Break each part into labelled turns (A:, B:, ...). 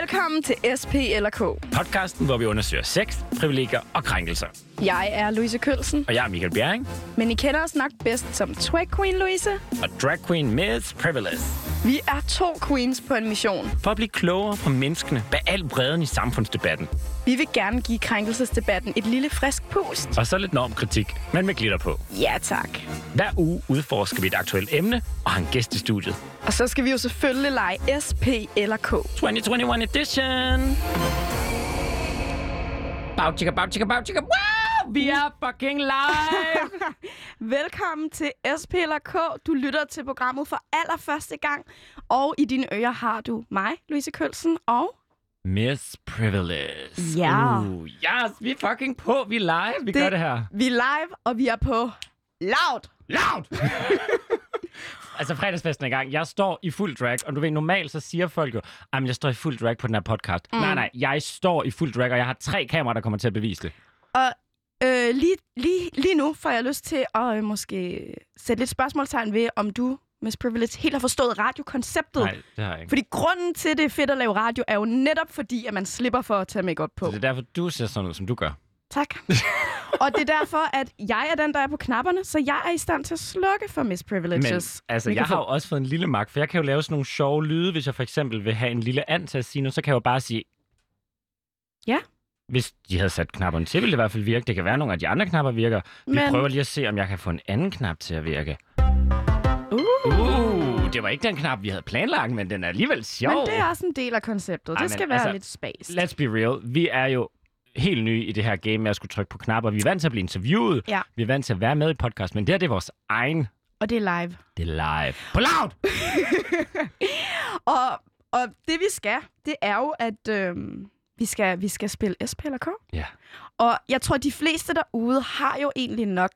A: Velkommen til SP eller K.
B: Podcasten, hvor vi undersøger sex, privilegier og krænkelser.
A: Jeg er Louise Kølsen,
B: Og jeg er Michael Bjerring,
A: men I kender os nok bedst som Drag Queen Louise.
B: og drag queen Miss Privilege.
A: Vi er to queens på en mission.
B: For at blive klogere på menneskene bag al bredden i samfundsdebatten.
A: Vi vil gerne give krænkelsesdebatten et lille frisk pust.
B: Og så lidt normkritik, men med glitter på.
A: Ja tak.
B: Hver uge udforsker vi et aktuelt emne og har en gæst i studiet.
A: Og så skal vi jo selvfølgelig lege SP eller K.
B: 2021 edition! Bagtjekker, bagtjekker, bagtjekker. Wow! Vi er fucking live!
A: Velkommen til SP eller K. Du lytter til programmet for allerførste gang. Og i dine ører har du mig, Louise Kølsen, og...
B: Miss Privilege.
A: Ja.
B: Uh, yes, vi er fucking på. Vi er live. Vi det... gør det her.
A: Vi er live, og vi er på loud.
B: Loud! altså fredagsfesten er i gang. Jeg står i fuld drag, og du ved, normalt så siger folk jo, "Ej, men jeg står i fuld drag på den her podcast. Mm. Nej, nej, jeg står i fuld drag, og jeg har tre kameraer, der kommer til at bevise det.
A: Og øh, lige, lige, lige nu får jeg lyst til at øh, måske sætte lidt spørgsmålstegn ved, om du, Miss Privilege, helt har forstået radiokonceptet.
B: Nej, det har jeg ikke.
A: Fordi grunden til, det er fedt at lave radio, er jo netop fordi, at man slipper for at tage makeup på.
B: Så det er derfor, du ser sådan ud, som du gør.
A: Tak. og det er derfor, at jeg er den, der er på knapperne, så jeg er i stand til at slukke for Miss
B: Men
A: Privileges
B: altså, jeg har jo også fået en lille magt, for jeg kan jo lave sådan nogle sjove lyde, hvis jeg for eksempel vil have en lille and til at sige noget, så kan jeg jo bare sige...
A: Ja.
B: Hvis de havde sat knapperne til, ville det i hvert fald virke. Det kan være, at nogle af de andre knapper virker. Vi
A: Men-
B: Men... prøver lige at se, om jeg kan få en anden knap til at virke.
A: Uh.
B: Uh, det var ikke den knap, vi havde planlagt, men den er alligevel sjov.
A: Men det er også en del af konceptet.
B: Ej,
A: det
B: men
A: skal være
B: altså,
A: lidt space.
B: Let's be real. Vi er jo helt nye i det her game med at skulle trykke på knapper. Vi er vant til at blive interviewet.
A: Ja.
B: Vi er vant til at være med i podcast, men det her det er vores egen.
A: Og det er live.
B: Det er live. På loud!
A: Og, og det vi skal, det er jo, at øhm, vi, skal, vi skal spille SP eller K.
B: Ja.
A: Og jeg tror, de fleste derude har jo egentlig nok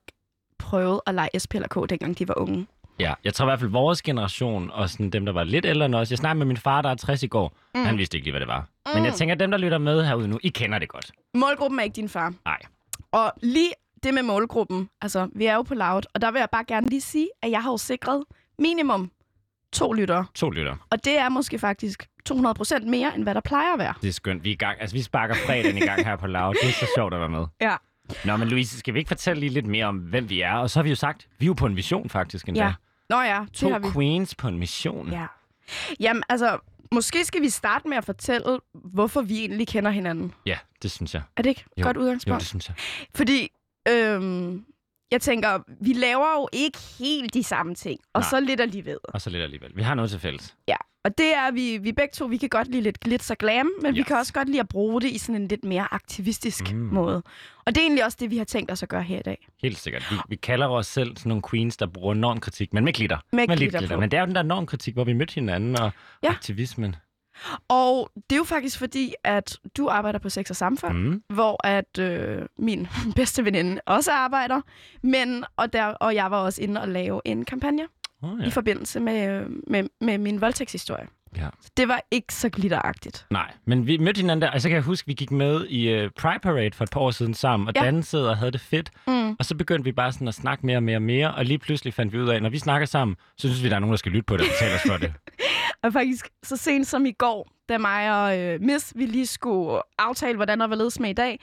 A: prøvet at lege SP eller K, dengang de var unge.
B: Ja, jeg tror i hvert fald vores generation, og sådan dem, der var lidt ældre end os. Jeg snakkede med min far, der er 60 i går. Mm. Han vidste ikke lige, hvad det var. Mm. Men jeg tænker, at dem, der lytter med herude nu, I kender det godt.
A: Målgruppen er ikke din far.
B: Nej.
A: Og lige det med målgruppen, altså vi er jo på Loud, og der vil jeg bare gerne lige sige, at jeg har jo sikret minimum to lyttere.
B: To lytter.
A: Og det er måske faktisk 200% mere, end hvad der plejer at være.
B: Det er skønt. Vi er i gang. Altså, vi sparker fredagen i gang her på Loud. Det er så sjovt at være med.
A: Ja.
B: Nå, men Louise, skal vi ikke fortælle lige lidt mere om, hvem vi er? Og så har vi jo sagt, vi er jo på en mission faktisk endda.
A: ja. Nå ja, det
B: To
A: har vi.
B: queens på en mission.
A: Ja. Jamen altså, måske skal vi starte med at fortælle, hvorfor vi egentlig kender hinanden.
B: ja det synes jeg.
A: Er det ikke et
B: Jo.
A: godt
B: Jo,
A: udgangspunkt?
B: det synes jeg.
A: Fordi øhm, jeg tænker, vi laver jo ikke helt de samme ting, og
B: Nej.
A: så lidt alligevel.
B: Og så lidt alligevel. Vi har noget til fælles.
A: Ja. Og det er, vi, vi begge to, vi kan godt lide lidt glitz og glam, men yes. vi
B: Yes.
A: kan også godt lide at bruge det i sådan en lidt mere aktivistisk mm. måde. Og det er egentlig også det, vi har tænkt os at gøre her i dag.
B: Helt sikkert. Vi, vi kalder os selv sådan nogle queens, der bruger normkritik, men med glitter.
A: Med
B: lidt
A: glitter på.
B: Men det er jo den der normkritik, hvor vi mødte hinanden og
A: Ja.
B: ja. aktivismen.
A: Og det er jo faktisk fordi, at du arbejder på Sex og Samfund,
B: Mm.
A: hvor at øh, min bedste veninde også arbejder, men og, der, og jeg var også inde og lave en kampagne
B: Oh,
A: ja.
B: ja.
A: i forbindelse med, øh, med, med min voldtægtshistorie.
B: ja.
A: Så det var ikke så glitteragtigt.
B: Nej, men vi mødte hinanden der, og så kan jeg huske, vi gik med i uh, Pride Parade for et par år siden sammen, og
A: Ja.
B: ja. dansede og havde det fedt.
A: Mm.
B: Og så begyndte vi bare sådan at snakke mere og mere og mere, og lige pludselig fandt vi ud af, at når vi snakker sammen, så synes vi, der er nogen, der skal lytte på det og betale os for det.
A: Og faktisk så sent som i går, da mig og øh, Miss, vi lige skulle aftale, hvordan der var ledes med i dag,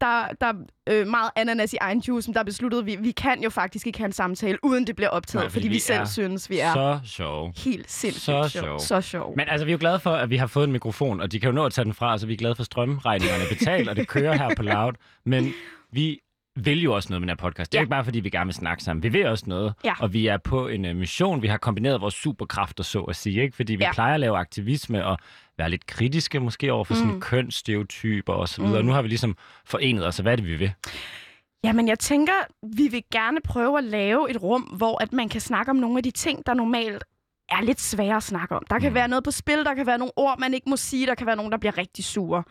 A: der, der øh, meget ananas i egen juice, men der besluttede vi, vi kan jo faktisk ikke have en samtale, uden det bliver optaget,
B: Nej,
A: fordi, fordi vi, vi selv
B: er
A: synes, vi er så
B: Så sjove.
A: helt sindssygt
B: så
A: sjov.
B: sjove.
A: Så sjov. Men...
B: Men altså, vi er jo glade for, at vi har fået en mikrofon, og de kan jo nå at tage den fra, så vi er glade for at strømregningerne er betalt, og det kører her på Loud. Men vi vil jo også noget med den her podcast. Det er
A: Ja.
B: jo ikke bare, fordi vi gerne vil snakke sammen. Vi vil også noget,
A: Ja.
B: og vi er på en uh, mission. Vi har kombineret vores superkræfter, så at sige, ikke? fordi vi
A: Ja.
B: ja. plejer at lave aktivisme og være lidt kritiske måske over for mm. sådan kønsstereotyper og så videre. Mm. Nu har vi ligesom forenet os, og hvad er det, vi vil?
A: Jamen, jeg tænker, vi vil gerne prøve at lave et rum, hvor at man kan snakke om nogle af de ting, der normalt er lidt svære at snakke om. Der kan mm. være noget på spil, der kan være nogle ord, man ikke må sige, der kan være nogen, der bliver rigtig sure.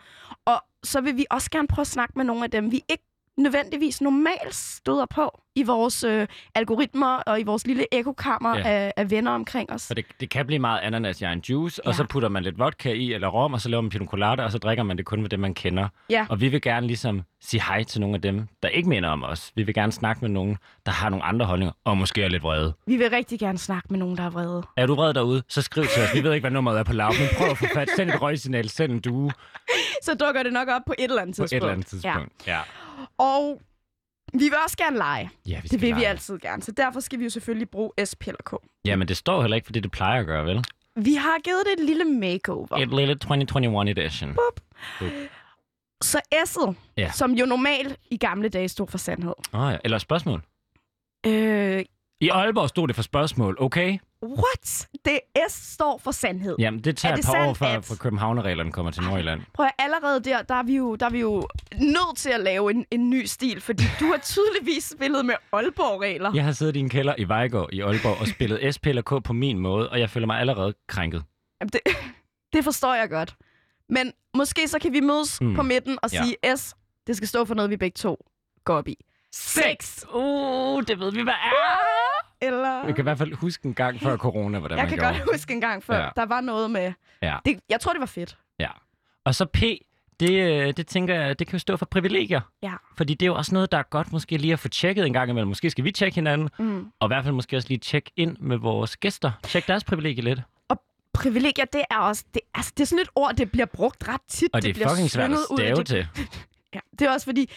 A: Og så vil vi også gerne prøve at snakke med nogle af dem, vi ikke nødvendigvis normalt støder på i i vores øh, algoritmer og i vores lille ekokammer
B: Ja.
A: yeah. af, af venner omkring os.
B: Så det, det kan blive meget ananas i en juice, ja.
A: Ja.
B: og så putter man lidt vodka i, eller rom, og så laver man pina colada, og så drikker man det kun med dem, man kender.
A: Ja.
B: Og vi vil gerne ligesom sige hej til nogle af dem, der ikke minder om os. Vi vil gerne snakke med nogen, der har nogle andre holdninger, og måske er lidt vrede.
A: Vi vil rigtig gerne snakke med nogen, der er vrede.
B: Er du vred derude, så skriv til os. Vi ved ikke, hvad nummeret er på lav, men prøv at få fat. Send et røgsignal, send en due
A: Så dukker det nok op på et eller andet
B: på
A: tidspunkt.
B: et eller andet tidspunkt. Ja, ja.
A: Ja. Og vi vil også gerne lege.
B: ja vi
A: Det
B: skal
A: vil vi
B: lege.
A: altid gerne. Så derfor skal vi jo selvfølgelig bruge S, P eller K.
B: Ja, men det står heller ikke, fordi det plejer at gøre, vel?
A: Vi har givet det et lille makeover.
B: Et lille 2021 edition.
A: Så S'et,
B: Ja.
A: ja. som jo normalt i gamle dage stod for sandhed.
B: Oh, ja. Eller spørgsmål.
A: Øh,
B: I Aalborg stod det for spørgsmål, okay?
A: what? Det S står for sandhed.
B: Jamen, det tager
A: Er
B: et
A: det
B: par år,
A: sandt,
B: før
A: at-
B: for københavnerreglerne kommer til Nordjylland.
A: Prøv at, allerede der, der er, vi jo, der er vi jo nødt til at lave en, en ny stil, fordi du har tydeligvis spillet med Aalborg-regler.
B: Jeg har siddet i en kælder i Vejgaard i Aalborg og spillet SP eller K på min måde, og jeg føler mig allerede krænket.
A: Jamen, det, det forstår jeg godt. Men måske så kan vi mødes
B: Mm.
A: mm. på midten og
B: Ja.
A: sige, S, det skal stå for noget, vi begge to går op i. Sex!
B: Uh, det ved vi, hvad er!
A: Ah! Eller...
B: Jeg kan i hvert fald huske en gang før corona, hvordan
A: Jeg
B: man
A: kan
B: gjorde.
A: godt huske en gang før,
B: Ja.
A: ja. der var noget med...
B: Ja.
A: Det, jeg tror, det var fedt.
B: Ja. Og så P, det, øh, det tænker jeg, det kan jo stå for privilegier.
A: Ja.
B: Fordi det er jo også noget, der er godt måske lige at få tjekket en gang imellem. Måske skal vi tjekke hinanden,
A: Mm.
B: og i hvert fald måske også lige tjekke ind med vores gæster. Tjek deres privilegier lidt.
A: Privilegier, det er også... Det, altså, det er sådan et ord, det bliver brugt ret tit.
B: Og det, det
A: bliver
B: er fucking svært at
A: slynget ud, og
B: stave
A: det,
B: til.
A: Ja, det er også fordi...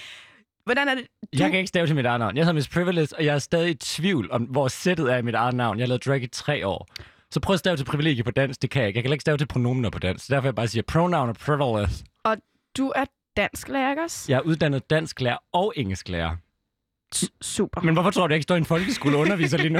A: Hvordan er det?
B: Jeg kan ikke stave til mit eget navn. Jeg hedder Miss Privilege, og jeg er stadig i tvivl om, hvor sættet er i mit eget navn. Jeg har lavet drag i tre år. Så prøv at stave til privilegie på dansk, det kan jeg ikke. Jeg kan heller ikke stave til pronomener på dansk. Så derfor jeg bare siger pronoun og privilege.
A: Du er dansk lærer, ikke også?
B: Jeg er uddannet dansklærer og engelsklærer.
A: S- Super.
B: Men hvorfor tror du, jeg ikke står i en folkeskole og underviser lige nu?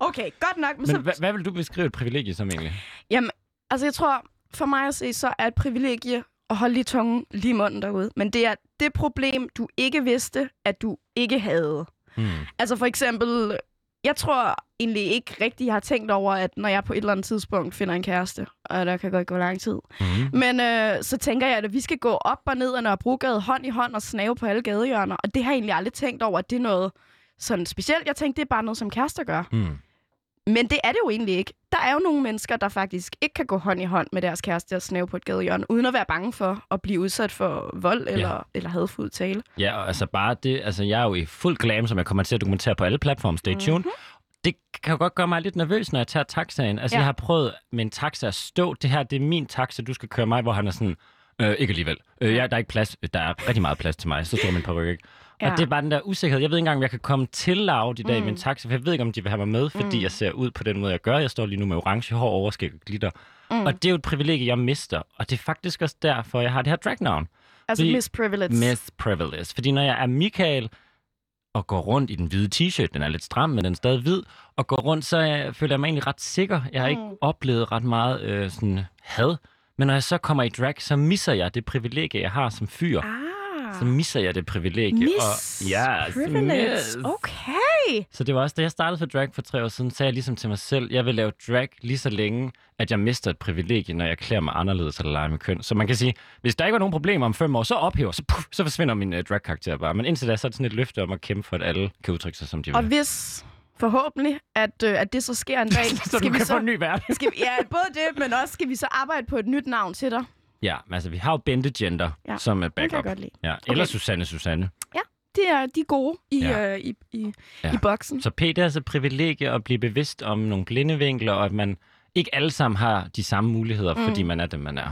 A: Okay, godt nok. Men,
B: Men
A: så,
B: hvad, hvad vil du beskrive et privilegie som egentlig?
A: jamen, altså jeg tror, for mig at se, så er et privilegie at holde lige tungen lige i munden derude. Men det er det problem, du ikke vidste, at du ikke havde.
B: Hmm.
A: Altså for eksempel, jeg tror egentlig ikke rigtigt, jeg har tænkt over, at når jeg på et eller andet tidspunkt finder en kæreste, og der kan godt gå lang tid,
B: Mm.
A: men øh, så tænker jeg, at vi skal gå op og ned ad Nørrebrogade hånd i hånd og snave på alle gadehjørner, og det har jeg egentlig aldrig tænkt over, at det er noget sådan specielt. Jeg tænkte, det er bare noget, som kærester gør.
B: Mm.
A: Men det er det jo egentlig ikke. Der er jo nogle mennesker, der faktisk ikke kan gå hånd i hånd med deres kæreste og snæve på et gadehjørne, uden at være bange for at blive udsat for vold eller, ja. eller hadfuld tale.
B: Ja, og altså bare det, altså jeg er jo i fuld glam, som jeg kommer til at dokumentere på alle platforme, stay tuned. Mm-hmm. Det kan jo godt gøre mig lidt nervøs, når jeg tager taxaen. Altså ja.
A: Ja.
B: jeg har prøvet med en taxa at stå, det her det er min taxa, du skal køre mig, hvor han er sådan, øh, ikke alligevel. Øh, jeg, der er ikke plads, der er rigtig meget plads til mig, så står min peruk ikke. Ja.
A: Ja.
B: Og det er bare den der usikkerhed. Jeg ved ikke engang, om jeg kan komme til Loud i dag mm. i min taxa, for jeg ved ikke, om de vil have mig med, fordi mm. jeg ser ud på den måde, jeg gør. Jeg står lige nu med orange hår, overskæg og glitter. Mm. Og det er jo et privilegie, jeg mister. Og det er faktisk også derfor, jeg har det her dragnavn.
A: Altså
B: Vi-
A: Vi... Miss Privilege.
B: Miss Privilege. Fordi når jeg er Michael og går rundt i den hvide t-shirt, den er lidt stram, men den er stadig hvid, og går rundt, så øh, føler jeg mig egentlig ret sikker. Jeg
A: Mm.
B: har ikke oplevet ret meget øh, sådan had. Men når jeg så kommer i drag, så misser jeg det privilegie, jeg har som fyr.
A: Ah,
B: Så misser jeg det privilegie.
A: Miss
B: og, yes,
A: Privilege.
B: Miss.
A: Okay.
B: Så det var også, da jeg startede for drag for tre år siden, sagde jeg ligesom til mig selv, jeg vil lave drag lige så længe, at jeg mister et privilegie, når jeg klæder mig anderledes eller leger med køn. Så man kan sige, hvis der ikke var nogen problemer om fem år, så ophæver, så, puff, så forsvinder min uh, drag-karakter bare. Men indtil da, så er det sådan et løfte om at kæmpe for, at alle kan udtrykke sig, som de
A: Og
B: vil.
A: hvis forhåbentlig, at, øh, at det så sker en dag,
B: så du kan få en ny verden.
A: skal vi, ja, både det, men også skal vi så arbejde på et nyt navn til dig.
B: Ja, men altså vi har jo Bente Gender ja.
A: Ja,
B: som uh,
A: Den kan jeg
B: backup.
A: godt lide.
B: Ja, eller Susanne Susanne.
A: Det er de er gode i,
B: Ja.
A: ja. øh, i, i,
B: Ja.
A: ja. i boksen.
B: Så P, det er altså et privilegie at blive bevidst om nogle blindevinkler, og at man ikke alle sammen har de samme muligheder, mm. fordi man er den, man er.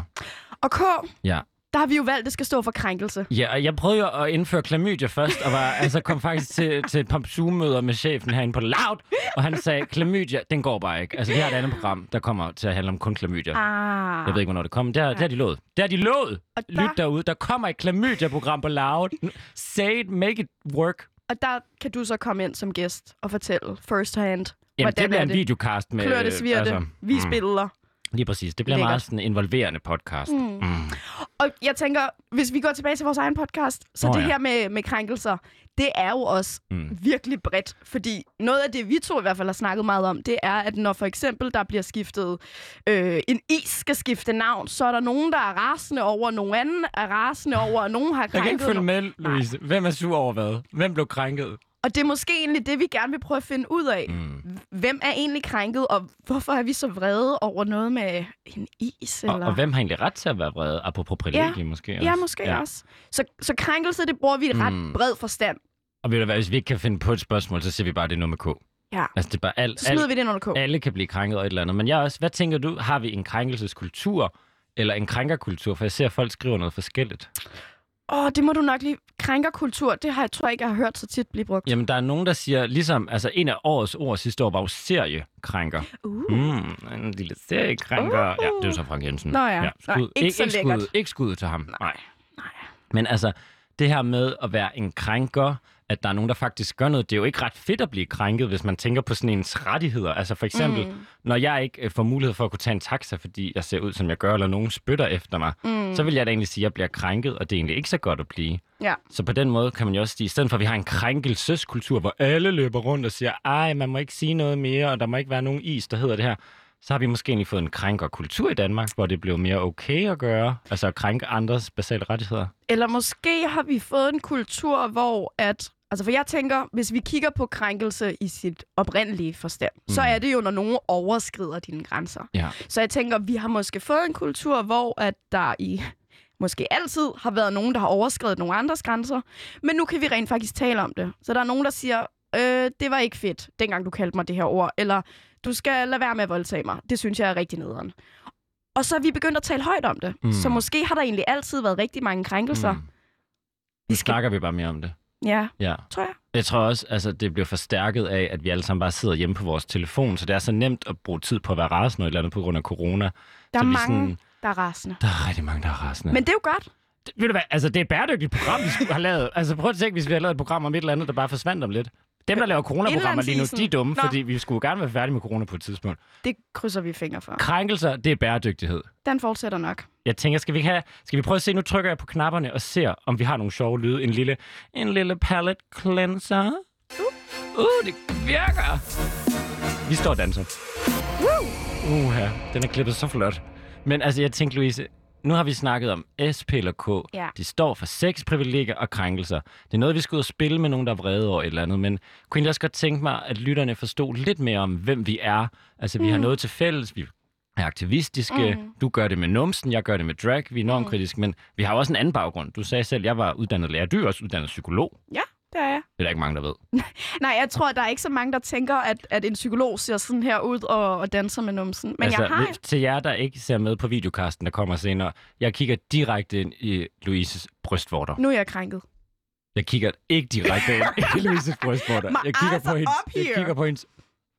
A: Og K,
B: Ja.
A: der har vi jo valgt, at det skal stå for krænkelse.
B: Ja, og jeg prøvede jo at indføre klamydia først, og var, altså, kom faktisk til, til et par Zoom-møder med chefen herinde på Loud, og han sagde, klamydia, den går bare ikke. Altså, vi har et andet program, der kommer til at handle om kun klamydia. Ah.
A: Ah.
B: Jeg ved ikke, hvornår det kommer. Der, der er de lovet. Der er de lovet!
A: Og der-
B: Lyt derude. Der kommer et klamydia-program på Loud. Say it, make it work.
A: Og der kan du så komme ind som gæst og fortælle first hand,
B: Jamen,
A: hvordan
B: det bliver
A: er
B: en
A: det?
B: videocast med...
A: Klør
B: øh,
A: det, sviger det, vis
B: mm,
A: billeder.
B: Lige præcis. Det bliver
A: Lækkert.
B: meget sådan en involverende podcast. Mm. Mm.
A: Og jeg tænker, hvis vi går tilbage til vores egen podcast, så
B: Nå,
A: det
B: ja.
A: her med, med krænkelser, det er jo også
B: Mm.
A: mm. virkelig bredt. Fordi noget af det, vi to i hvert fald har snakket meget om, det er, at når for eksempel der bliver skiftet, øh, en is skal skifte navn, så er der nogen, der er rasende over, nogen anden er rasende over, og nogen har
B: Jeg kan ikke
A: krænket.
B: følge
A: nogen.
B: med, Louise. Hvem er sur over hvad? Hvem blev krænket?
A: Og det er måske egentlig det, vi gerne vil prøve at finde ud af. Mm. Hvem er egentlig krænket, og hvorfor er vi så vrede over noget med en is?
B: Og,
A: Eller?
B: og hvem har egentlig ret til at være vrede? Apropos privilegie ja. måske også.
A: Ja, måske ja. også. Så, så krænkelse, det bruger vi i ret
B: Mm.
A: bred forstand.
B: Og ved du hvad, hvis vi ikke kan finde på et spørgsmål, så siger vi bare, at det er noget med K.
A: Ja.
B: Altså, det er bare alt,
A: Så smider
B: alt,
A: vi det under K.
B: alle kan blive krænket og et eller andet. Men jeg er også, hvad tænker du, har vi en krænkelseskultur eller en krænkerkultur? For jeg ser, at folk skriver noget forskelligt.
A: Åh, oh, det må du nok lige... Krænkerkultur, det har jeg, tror jeg ikke, jeg har hørt så tit blive brugt.
B: Jamen, der er nogen, der siger, ligesom, altså en af årets ord sidste år var jo seriekrænker.
A: Uh.
B: Mm, en lille seriekrænker. Uh. Ja, det er jo så Frank Jensen.
A: Nå ja.
B: skud.
A: Nej, ikke så
B: ikke,
A: lækkert.
B: skud, ikke skud til ham. Nej. Nej.
A: nej.
B: Men altså, det her med at være en krænker, at der er nogen, der faktisk gør noget, det er jo ikke ret fedt at blive krænket, hvis man tænker på sådan ens rettigheder. Altså for eksempel, mm. når jeg ikke øh, får mulighed for at kunne tage en taxa, fordi jeg ser ud, som jeg gør, eller nogen spytter efter mig, mm. så vil jeg da egentlig sige, at jeg bliver krænket, og det er egentlig ikke så godt at blive.
A: Ja.
B: Så på den måde kan man jo også sige, i stedet for at vi har en krænkelseskultur, hvor alle løber rundt og siger, ej, man må ikke sige noget mere, og der må ikke være nogen is, der hedder det her, så har vi måske egentlig fået en krænkerkultur i Danmark, hvor det blev mere okay at gøre, altså at krænke andres basale rettigheder.
A: Eller måske har vi fået en kultur, hvor at... Altså, for jeg tænker, hvis vi kigger på krænkelse i sit oprindelige forstand, mm. så er det jo, når nogen overskrider dine grænser.
B: Ja.
A: Så jeg tænker, vi har måske fået en kultur, hvor at der i måske altid har været nogen, der har overskrevet nogle andres grænser, men nu kan vi rent faktisk tale om det. Så der er nogen, der siger, øh, det var ikke fedt, dengang du kaldte mig det her ord, eller du skal lade være med at voldtage mig. Det synes jeg er rigtig nederen. Og så er vi begyndt at tale højt om det.
B: Mm.
A: Mm. Så måske har der egentlig altid været rigtig mange krænkelser.
B: Mm.
A: Mm.
B: Nu snakker vi bare mere om det.
A: Ja,
B: Ja.
A: tror jeg.
B: Jeg tror også, altså, det bliver forstærket af, at vi alle sammen bare sidder hjemme på vores telefon, så det er så nemt at bruge tid på at være rasende og et eller andet på grund af corona.
A: Der
B: så
A: er
B: vi
A: mange,
B: Sådan,
A: der er rasende.
B: der er rigtig mange, der er rasende.
A: Men det er jo godt.
B: Det, ved du hvad, altså det er et bæredygtigt program, vi skulle have lavet. Altså prøv at tænke, hvis vi havde lavet et program om et eller andet, der bare forsvandt om lidt. Dem, der laver coronaprogrammer lige nu, de er dumme,
A: Nå.
B: fordi vi skulle gerne være færdige med corona på et tidspunkt.
A: Det krydser vi fingre for.
B: Krænkelser, det er bæredygtighed.
A: Den fortsætter nok.
B: Jeg tænker, skal vi, ikke have, skal vi prøve at se, nu trykker jeg på knapperne og ser, om vi har nogle sjove lyde. En lille, en lille palette cleanser. Uh, uh det virker. Vi står og danser. Uh, uh den er klippet så flot. Men altså, jeg tænkte, Louise, nu har vi snakket om S, P eller K.
A: Ja.
B: De står for sex, privilegier og krænkelser. Det er noget, vi skal ud og spille med nogen, der er vrede over et eller andet. Men jeg kunne egentlig også godt tænke mig, at lytterne forstod lidt mere om, hvem vi er. Altså, vi har noget til fælles. Vi er aktivistiske. Mm. Du gør det med numsen, jeg gør det med drag. Vi er enormt mm. kritiske, men vi har jo også en anden baggrund. Du sagde selv, at jeg var uddannet lærer. Du er også uddannet psykolog.
A: Ja, det er jeg.
B: Det er der ikke mange, der ved.
A: Nej, jeg tror, der er ikke så mange, der tænker, at, at en psykolog ser sådan her ud og, og danser med numsen. Men altså, jeg har...
B: hvis- Til jer, der ikke ser med på videokasten, der kommer senere. Jeg kigger direkte ind i Louises brystvorter.
A: Nu er jeg krænket.
B: Jeg kigger ikke direkte ind i Louises brystvorter.
A: My
B: Jeg kigger,
A: eyes
B: på
A: are
B: hendes,
A: up altså,
B: jeg
A: here.
B: kigger på hendes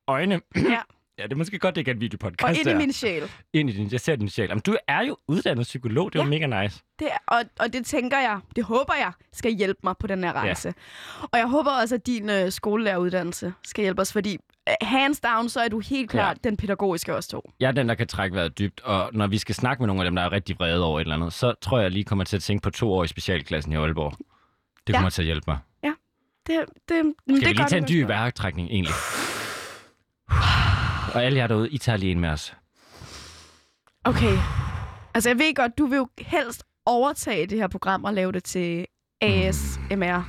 B: øjne.
A: Ja,
B: Ja, det er måske godt, det ikke er en
A: og
B: videopodcast.
A: ind i
B: der.
A: min sjæl.
B: ind i din, jeg ser din sjæl. Jamen, du er jo uddannet psykolog. Det er jo mega nice.
A: Det er, og, og det tænker jeg, det håber jeg, skal hjælpe mig på den her rejse. Ja. Og jeg håber også, at din øh, skolelæreruddannelse skal hjælpe os, fordi øh, hands down, så er du helt klart ja. den pædagogiske også to.
B: Jeg er den, der kan trække vejret dybt, og når vi skal snakke med nogle af dem, der er rigtig vrede over et eller andet, så tror jeg lige kommer til at tænke på to år i specialklassen i Aalborg. Det
A: Ja.
B: kommer til at hjælpe mig.
A: Det, det, men det
B: Skal vi
A: gør
B: lige tage en
A: du.
B: dyb vejrtrækning egentlig? Og alle jer derude, I tager lige en med os.
A: Okay. Altså, jeg ved godt, du vil jo helst overtage det her program og lave det til ASMR.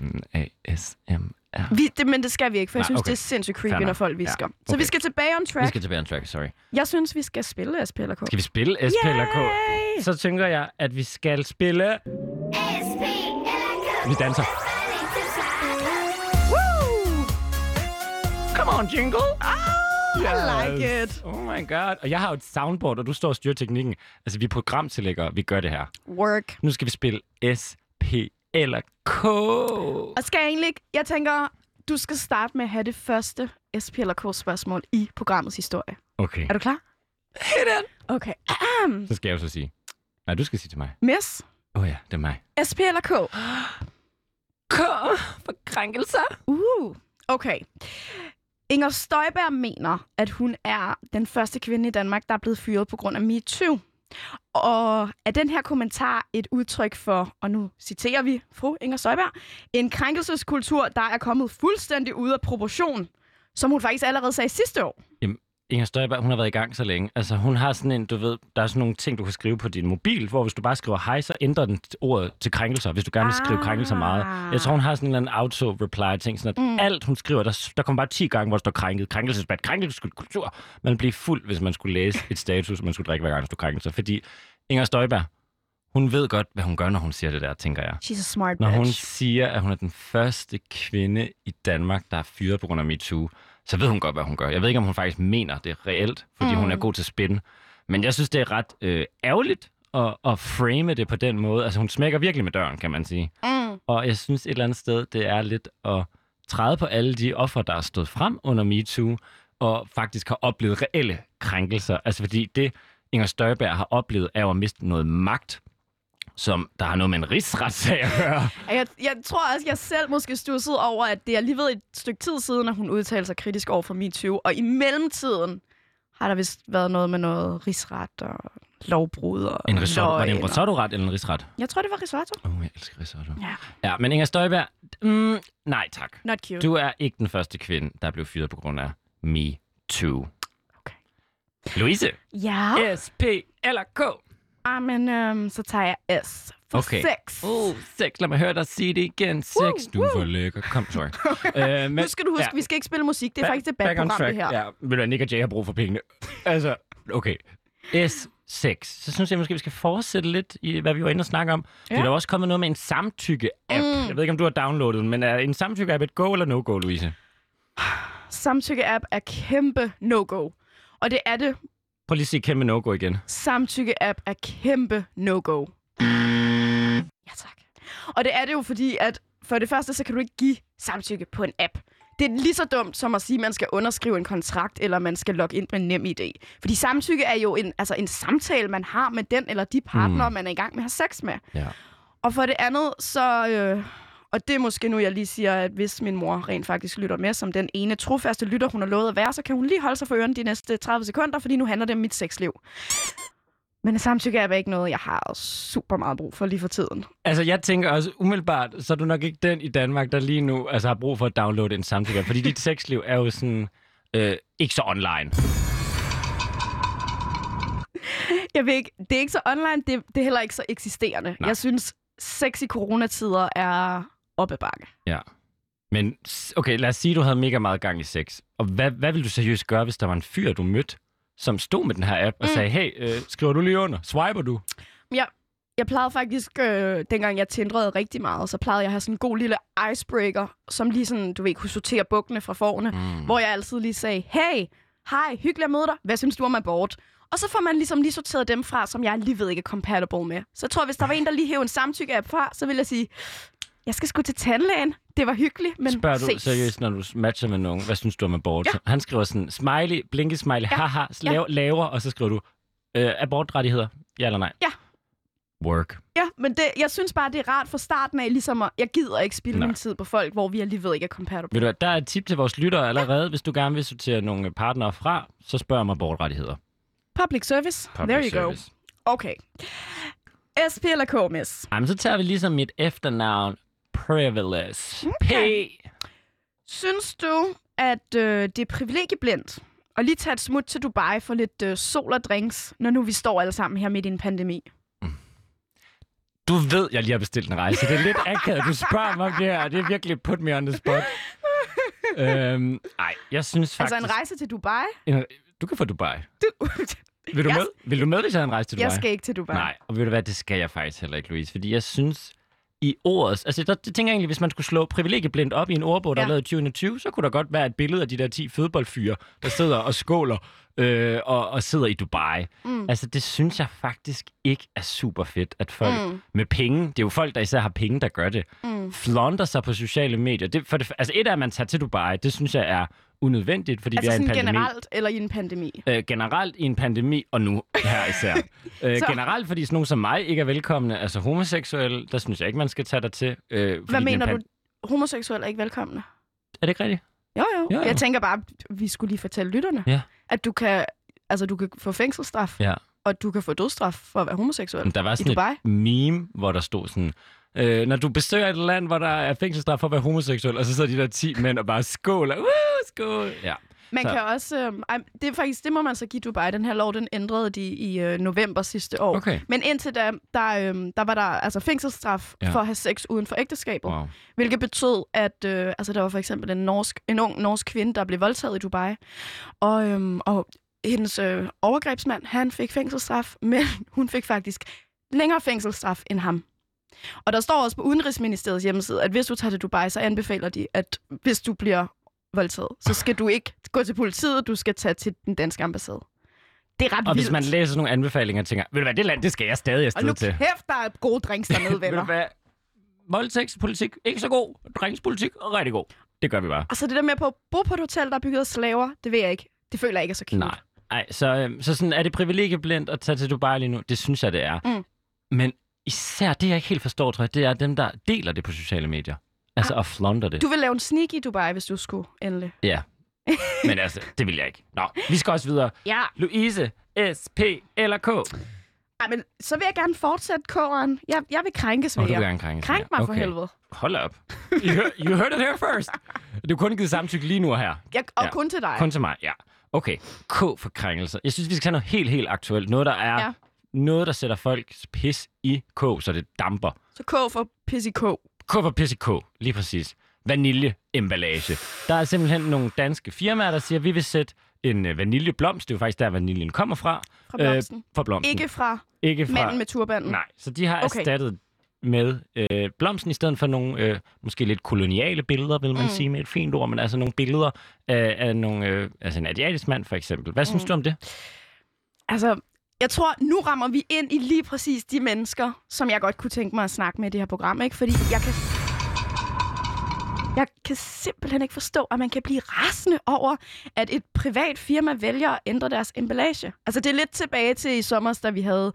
B: Mm, ASMR.
A: Vi, det, men det skal vi ikke, for jeg
B: Nej,
A: synes,
B: okay.
A: det er sindssygt
B: Fair
A: creepy,
B: nok.
A: når folk visker.
B: Ja,
A: Ja, Så
B: okay.
A: vi skal tilbage on
B: Vi
A: track.
B: skal tilbage on track, sorry.
A: Jeg synes, vi skal spille SP eller K.
B: Skal vi spille SP eller K?
A: Yay!
B: Så tænker jeg, at vi skal spille... Vi danser.
A: Woo!
B: Come on, Jingle! Oh,
A: Ah, I like it.
B: Oh my god. Og jeg har jo et soundboard, og du står og styrer teknikken. Altså, vi er programtillæggere. Vi gør det her.
A: Work.
B: Nu skal vi spille S, P eller K.
A: Og skal jeg egentlig ikke... Jeg tænker, du skal starte med at have det første SP eller K-spørgsmål i programmets historie.
B: Okay,
A: Er du klar? Hit Okay.
B: så skal jeg jo så sige. Nej, du skal sige til mig.
A: Miss,
B: Åh oh, ja, det er mig.
A: SP eller K?
B: K for krænkelser.
A: Uh, okay. Inger Støjberg mener, at hun er den første kvinde i Danmark, der er blevet fyret på grund af MeToo. Og er den her kommentar et udtryk for, og nu citerer vi fru Inger Støjberg, en krænkelseskultur, der er kommet fuldstændig ud af proportion, som hun faktisk allerede sagde sidste år.
B: Inger Støjberg, hun har været i gang så længe. Altså, hun har sådan en, du ved, der er sådan nogle ting, du kan skrive på din mobil, hvor hvis du bare skriver hej, så ændrer den ordet til krænkelser, hvis du gerne vil skrive krænkelser meget. Jeg tror, hun har sådan en eller anden auto-reply-ting, sådan at mm. alt, hun skriver, der, der kommer bare 10 gange, hvor der står krænket, krænkelsesbat, krænkelseskultur. Man bliver fuld, hvis man skulle læse et status, man skulle drikke hver gang, der stod krænkelser. Fordi Inger Støjberg, hun ved godt, hvad hun gør, når hun siger det der, tænker jeg.
A: She's a smart
B: Når
A: bitch.
B: hun siger, at hun er den første kvinde i Danmark, der er fyret på grund af MeToo, så ved hun godt, hvad hun gør. Jeg ved ikke, om hun faktisk mener det reelt, fordi mm. hun er god til spin. Men jeg synes, det er ret øh, ærgerligt at, at frame det på den måde. Altså, hun smækker virkelig med døren, kan man sige.
A: Mm.
B: Og jeg synes et eller andet sted, det er lidt at træde på alle de ofre, der er stået frem under MeToo, og faktisk har oplevet reelle krænkelser. Altså fordi det, Inger Støjberg har oplevet, er jo at miste noget magt, som der har noget med en rigsretssag at gøre.
A: Og Jeg, jeg tror også, jeg selv måske stussede over, at det er lige ved et stykke tid siden, at hun udtalte sig kritisk over for MeToo. Og i mellemtiden har der vist været noget med noget rigsret og lovbrud og
B: En risotto. Var det
A: løgn
B: en
A: og-
B: risotto-ret eller en rigsret?
A: Jeg tror, det var risotto.
B: Åh, oh, jeg elsker risotto.
A: Ja.
B: Ja, men Inger Støjberg, mm, nej tak.
A: Not cute.
B: Du er ikke den første kvinde, der blev fyret på grund af Me Too.
A: Okay. Ah.
B: Louise.
A: Ja.
B: S, P, eller K.
A: Ah, men øhm, så tager jeg S for
B: Okay.
A: sex.
B: Uh, sex. Lad mig høre dig sige det igen. Sex,
A: Oh. Woo,
B: du er for lækker. Kom, sorry. uh, men,
A: nu skal du huske, ja. vi skal ikke spille musik. Det er faktisk et bandprogram, det her.
B: Ja, vil du, Nick og Jay har brug for pengene. altså, okay. S6. Så synes jeg måske, vi skal fortsætte lidt i, hvad vi var inde og snakke om. Ja. Det er
A: Ja.
B: der også kommet noget med en samtykke-app. Mm. Jeg ved ikke, om du har downloadet den, men er en samtykke-app et go eller no-go, Louise?
A: Samtykke-app er kæmpe no-go. Og det er det.
B: Prøv lige at sige kæmpe no-go igen.
A: Samtykke-app er kæmpe no-go. Ja, tak. Og det er det jo fordi, at for det første, så kan du ikke give samtykke på en app. Det er lige så dumt som at sige, at man skal underskrive en kontrakt, eller man skal logge ind med en nem idé. Fordi samtykke er jo en, altså en samtale, man har med den eller de partner, mm. man er i gang med at have sex med.
B: Ja.
A: Og for det andet, så... Øh, og det er måske nu, jeg lige siger, at hvis min mor rent faktisk lytter med, som den ene trofaste lytter, hun har lovet at være, så kan hun lige holde sig for ørerne de næste 30 sekunder, fordi nu handler det om mit sexliv. Men samtykke er ikke noget, jeg har super meget brug for lige for tiden.
B: Altså, jeg tænker også umiddelbart, så er du nok ikke den i Danmark, der lige nu altså, har brug for at downloade en samtykke. Fordi dit sexliv er jo sådan... Øh, ikke så online.
A: Jeg ved ikke, det er ikke så online, det, det er heller ikke så eksisterende.
B: Nej.
A: Nej. Jeg synes, sex i coronatider er op ad bakke.
B: Ja. Men s- okay, lad os sige, at du havde mega meget gang i sex. Og hvad, hvad ville du seriøst gøre, hvis der var en fyr, du mødte, som stod med den her app og mm. sagde, hey, øh, skriver du lige under? Swiper du?
A: Jeg, jeg plejede faktisk, øh, dengang jeg tindrede rigtig meget, så plejede jeg at have sådan en god lille icebreaker, som lige sådan, du ved, kunne sortere bukkene fra forne, mm. hvor jeg altid lige sagde, hey, hej, hyggeligt at møde dig, hvad synes du om abort? Og så får man ligesom lige sorteret dem fra, som jeg lige ved ikke er compatible med. Så jeg tror, hvis der var en, der lige hævde en samtykke-app fra, så ville jeg sige, jeg skal sgu til tandlægen. Det var hyggeligt, men
B: Spørger du
A: ses.
B: seriøst, når du matcher med nogen, hvad synes du om abort? Ja. Han skriver sådan, smiley, blinke smiley, ja. haha, slav, ja. laver, og så skriver du, øh, abortrettigheder, ja eller nej?
A: Ja.
B: Work.
A: Ja, men det, jeg synes bare, det er rart fra starten af, ligesom at, jeg gider ikke spille
B: Nej.
A: min tid på folk, hvor vi alligevel ikke er compatible.
B: Ved du hvad, der er et tip til vores lyttere allerede. Hvis du gerne vil sortere nogle partnere fra, så spørg om abortrettigheder.
A: Public service.
B: Public
A: There you
B: service.
A: go. Okay. SP eller K, miss?
B: Jamen, så tager vi ligesom mit efternavn, Privilege.
A: Okay.
B: P.
A: Synes du, at øh, det er privilegieblindt at lige tage et smut til Dubai for lidt øh, sol og drinks, når nu vi står alle sammen her midt i en pandemi?
B: Du ved, jeg lige har bestilt en rejse. Det er lidt akavet, du spørger mig om det her. Det er virkelig put me on the spot. øhm, ej, jeg synes faktisk...
A: Altså en rejse til Dubai?
B: en re- Du kan få Dubai.
A: Du...
B: Vil du,
A: Jeg-
B: med? Vil du med, hvis jeg havde en rejse til Dubai?
A: jeg skal ikke til Dubai.
B: Nej, og ved du hvad, det skal jeg faktisk heller ikke, Louise. Fordi jeg synes, i ordets... Altså, der, det tænker jeg egentlig, hvis man skulle slå privilegieblindt op i en ordbog, der
A: Ja.
B: ja. er lavet i 2020, så kunne der godt være et billede af de der 10 fodboldfyre, der sidder og skåler øh, og, og sidder i Dubai. Mm. Altså, det synes jeg faktisk ikke er super fedt, at folk mm. med penge... Det er jo folk, der især har penge, der gør det. Mm. Flonder sig på sociale medier. Det, for det, altså, et af, at man tager til Dubai, det synes jeg er unødvendigt, fordi
A: Altså
B: vi er i en
A: sådan
B: pandemi
A: generelt eller i en pandemi?
B: øh, generelt i en pandemi, og nu her især. øh,
A: Så-
B: generelt, fordi sådan nogen som mig ikke er velkomne, altså homoseksuelle, der synes jeg ikke, man skal tage dig til. Øh, fordi
A: Hvad
B: det er en
A: mener du?
B: pan-
A: Homoseksuelle er ikke velkomne?
B: Er det ikke rigtigt?
A: Jo, jo.
B: Jo,
A: jo,
B: jo.
A: jo. Jeg tænker bare, at vi skulle lige fortælle lytterne,
B: Ja.
A: at du kan, altså, du kan få fængselsstraf,
B: Ja.
A: og du kan få dødsstraf for at være homoseksuel.
B: Men der var
A: I
B: sådan
A: Dubai?
B: et meme, hvor der stod sådan, øh, når du besøger et land, hvor der er fængselsstraf for at være homoseksuel, og så sidder de der 10 mænd og bare skåler. Woo, skål! Ja.
A: Man
B: Så-
A: kan også... Øh, ej, det, er faktisk, det må man så give Dubai. Den her lov, den ændrede de i øh, november sidste år.
B: Oh. Okay.
A: Men indtil da, der, øh, der var der altså fængselsstraf
B: Ja.
A: ja. for at have sex uden for ægteskabet.
B: Wow.
A: Hvilket betød, at øh, altså, der var for eksempel en, norsk, en ung norsk kvinde, der blev voldtaget i Dubai. Og, øhm, og hendes øh, overgrebsmand, han fik fængselsstraf, men hun fik faktisk længere fængselsstraf end ham. Og der står også på Udenrigsministeriets hjemmeside, at hvis du tager til Dubai, så anbefaler de, at hvis du bliver voldtaget, så skal du ikke gå til politiet, du skal tage til den danske ambassade. Det er ret
B: Og
A: vildt.
B: hvis man læser nogle anbefalinger og tænker, ved du hvad, det land, det skal jeg stadig
A: og
B: afsted
A: nu
B: til.
A: kæft, der er gode drinks dernede,
B: Ved du
A: venner.
B: hvad? Voldtægtspolitik, ikke så god. Drengespolitik, rigtig god. Det gør vi bare.
A: Og så Altså, det der med at bo på et hotel, der er bygget af slaver, det ved jeg ikke. Det føler jeg ikke er så cute.
B: Nej. Ej, så, øhm, så sådan, er det privilegieblindt at tage til Dubai lige nu? Det synes jeg, det er.
A: Mm.
B: Men især det, jeg ikke helt forstår, tror jeg, det er dem, der deler det på sociale medier. Altså, og flaunter det.
A: Ah. Du vil lave en sneak i Dubai, hvis du skulle, endelig.
B: Ja. Men altså, det vil jeg ikke. Nå, vi skal også videre.
A: Ja.
B: Louise, S, P eller K? Nå,
A: Ej, men så vil jeg gerne fortsætte, Kåren. Jeg, jeg vil krænkes
B: du
A: ved
B: vil
A: jer.
B: gerne krænke.
A: Krænk mig for helvede.
B: Hold op. You, heard- you heard it here first. Du har kun givet samtykke lige nu og her.
A: Jeg, og
B: Ja.
A: ja. kun til dig.
B: Kun til mig, ja. Okay, K for krænkelser. Jeg synes, vi skal have noget helt, helt aktuelt. Noget, der er...
A: Ja.
B: Noget, der sætter folks pis i K, så det damper.
A: Så K for pis i K.
B: K for pis i K, lige præcis. Vaniljeemballage. Der er simpelthen nogle danske firmaer, der siger, at vi vil sætte en øh, vaniljeblomst. Det er jo faktisk der, vaniljen kommer fra.
A: Fra blomsten.
B: Øh, fra blomsten.
A: Ikke fra
B: Ikke
A: manden med turbanden.
B: Nej, så de har okay.
A: Okay.
B: erstattet med øh, blomsten i stedet for nogle øh, måske lidt koloniale billeder, vil man mm. sige med et fint ord, men altså nogle billeder af, af nogle, øh, altså en asiatisk mand for eksempel. Hvad
A: Mm.
B: synes du om det?
A: Altså, jeg tror, nu rammer vi ind i lige præcis de mennesker, som jeg godt kunne tænke mig at snakke med i det her program, ikke? Fordi jeg kan... Jeg kan simpelthen ikke forstå, at man kan blive rasende over, at et privat firma vælger at ændre deres emballage. Altså, det er lidt tilbage til i sommer, da vi havde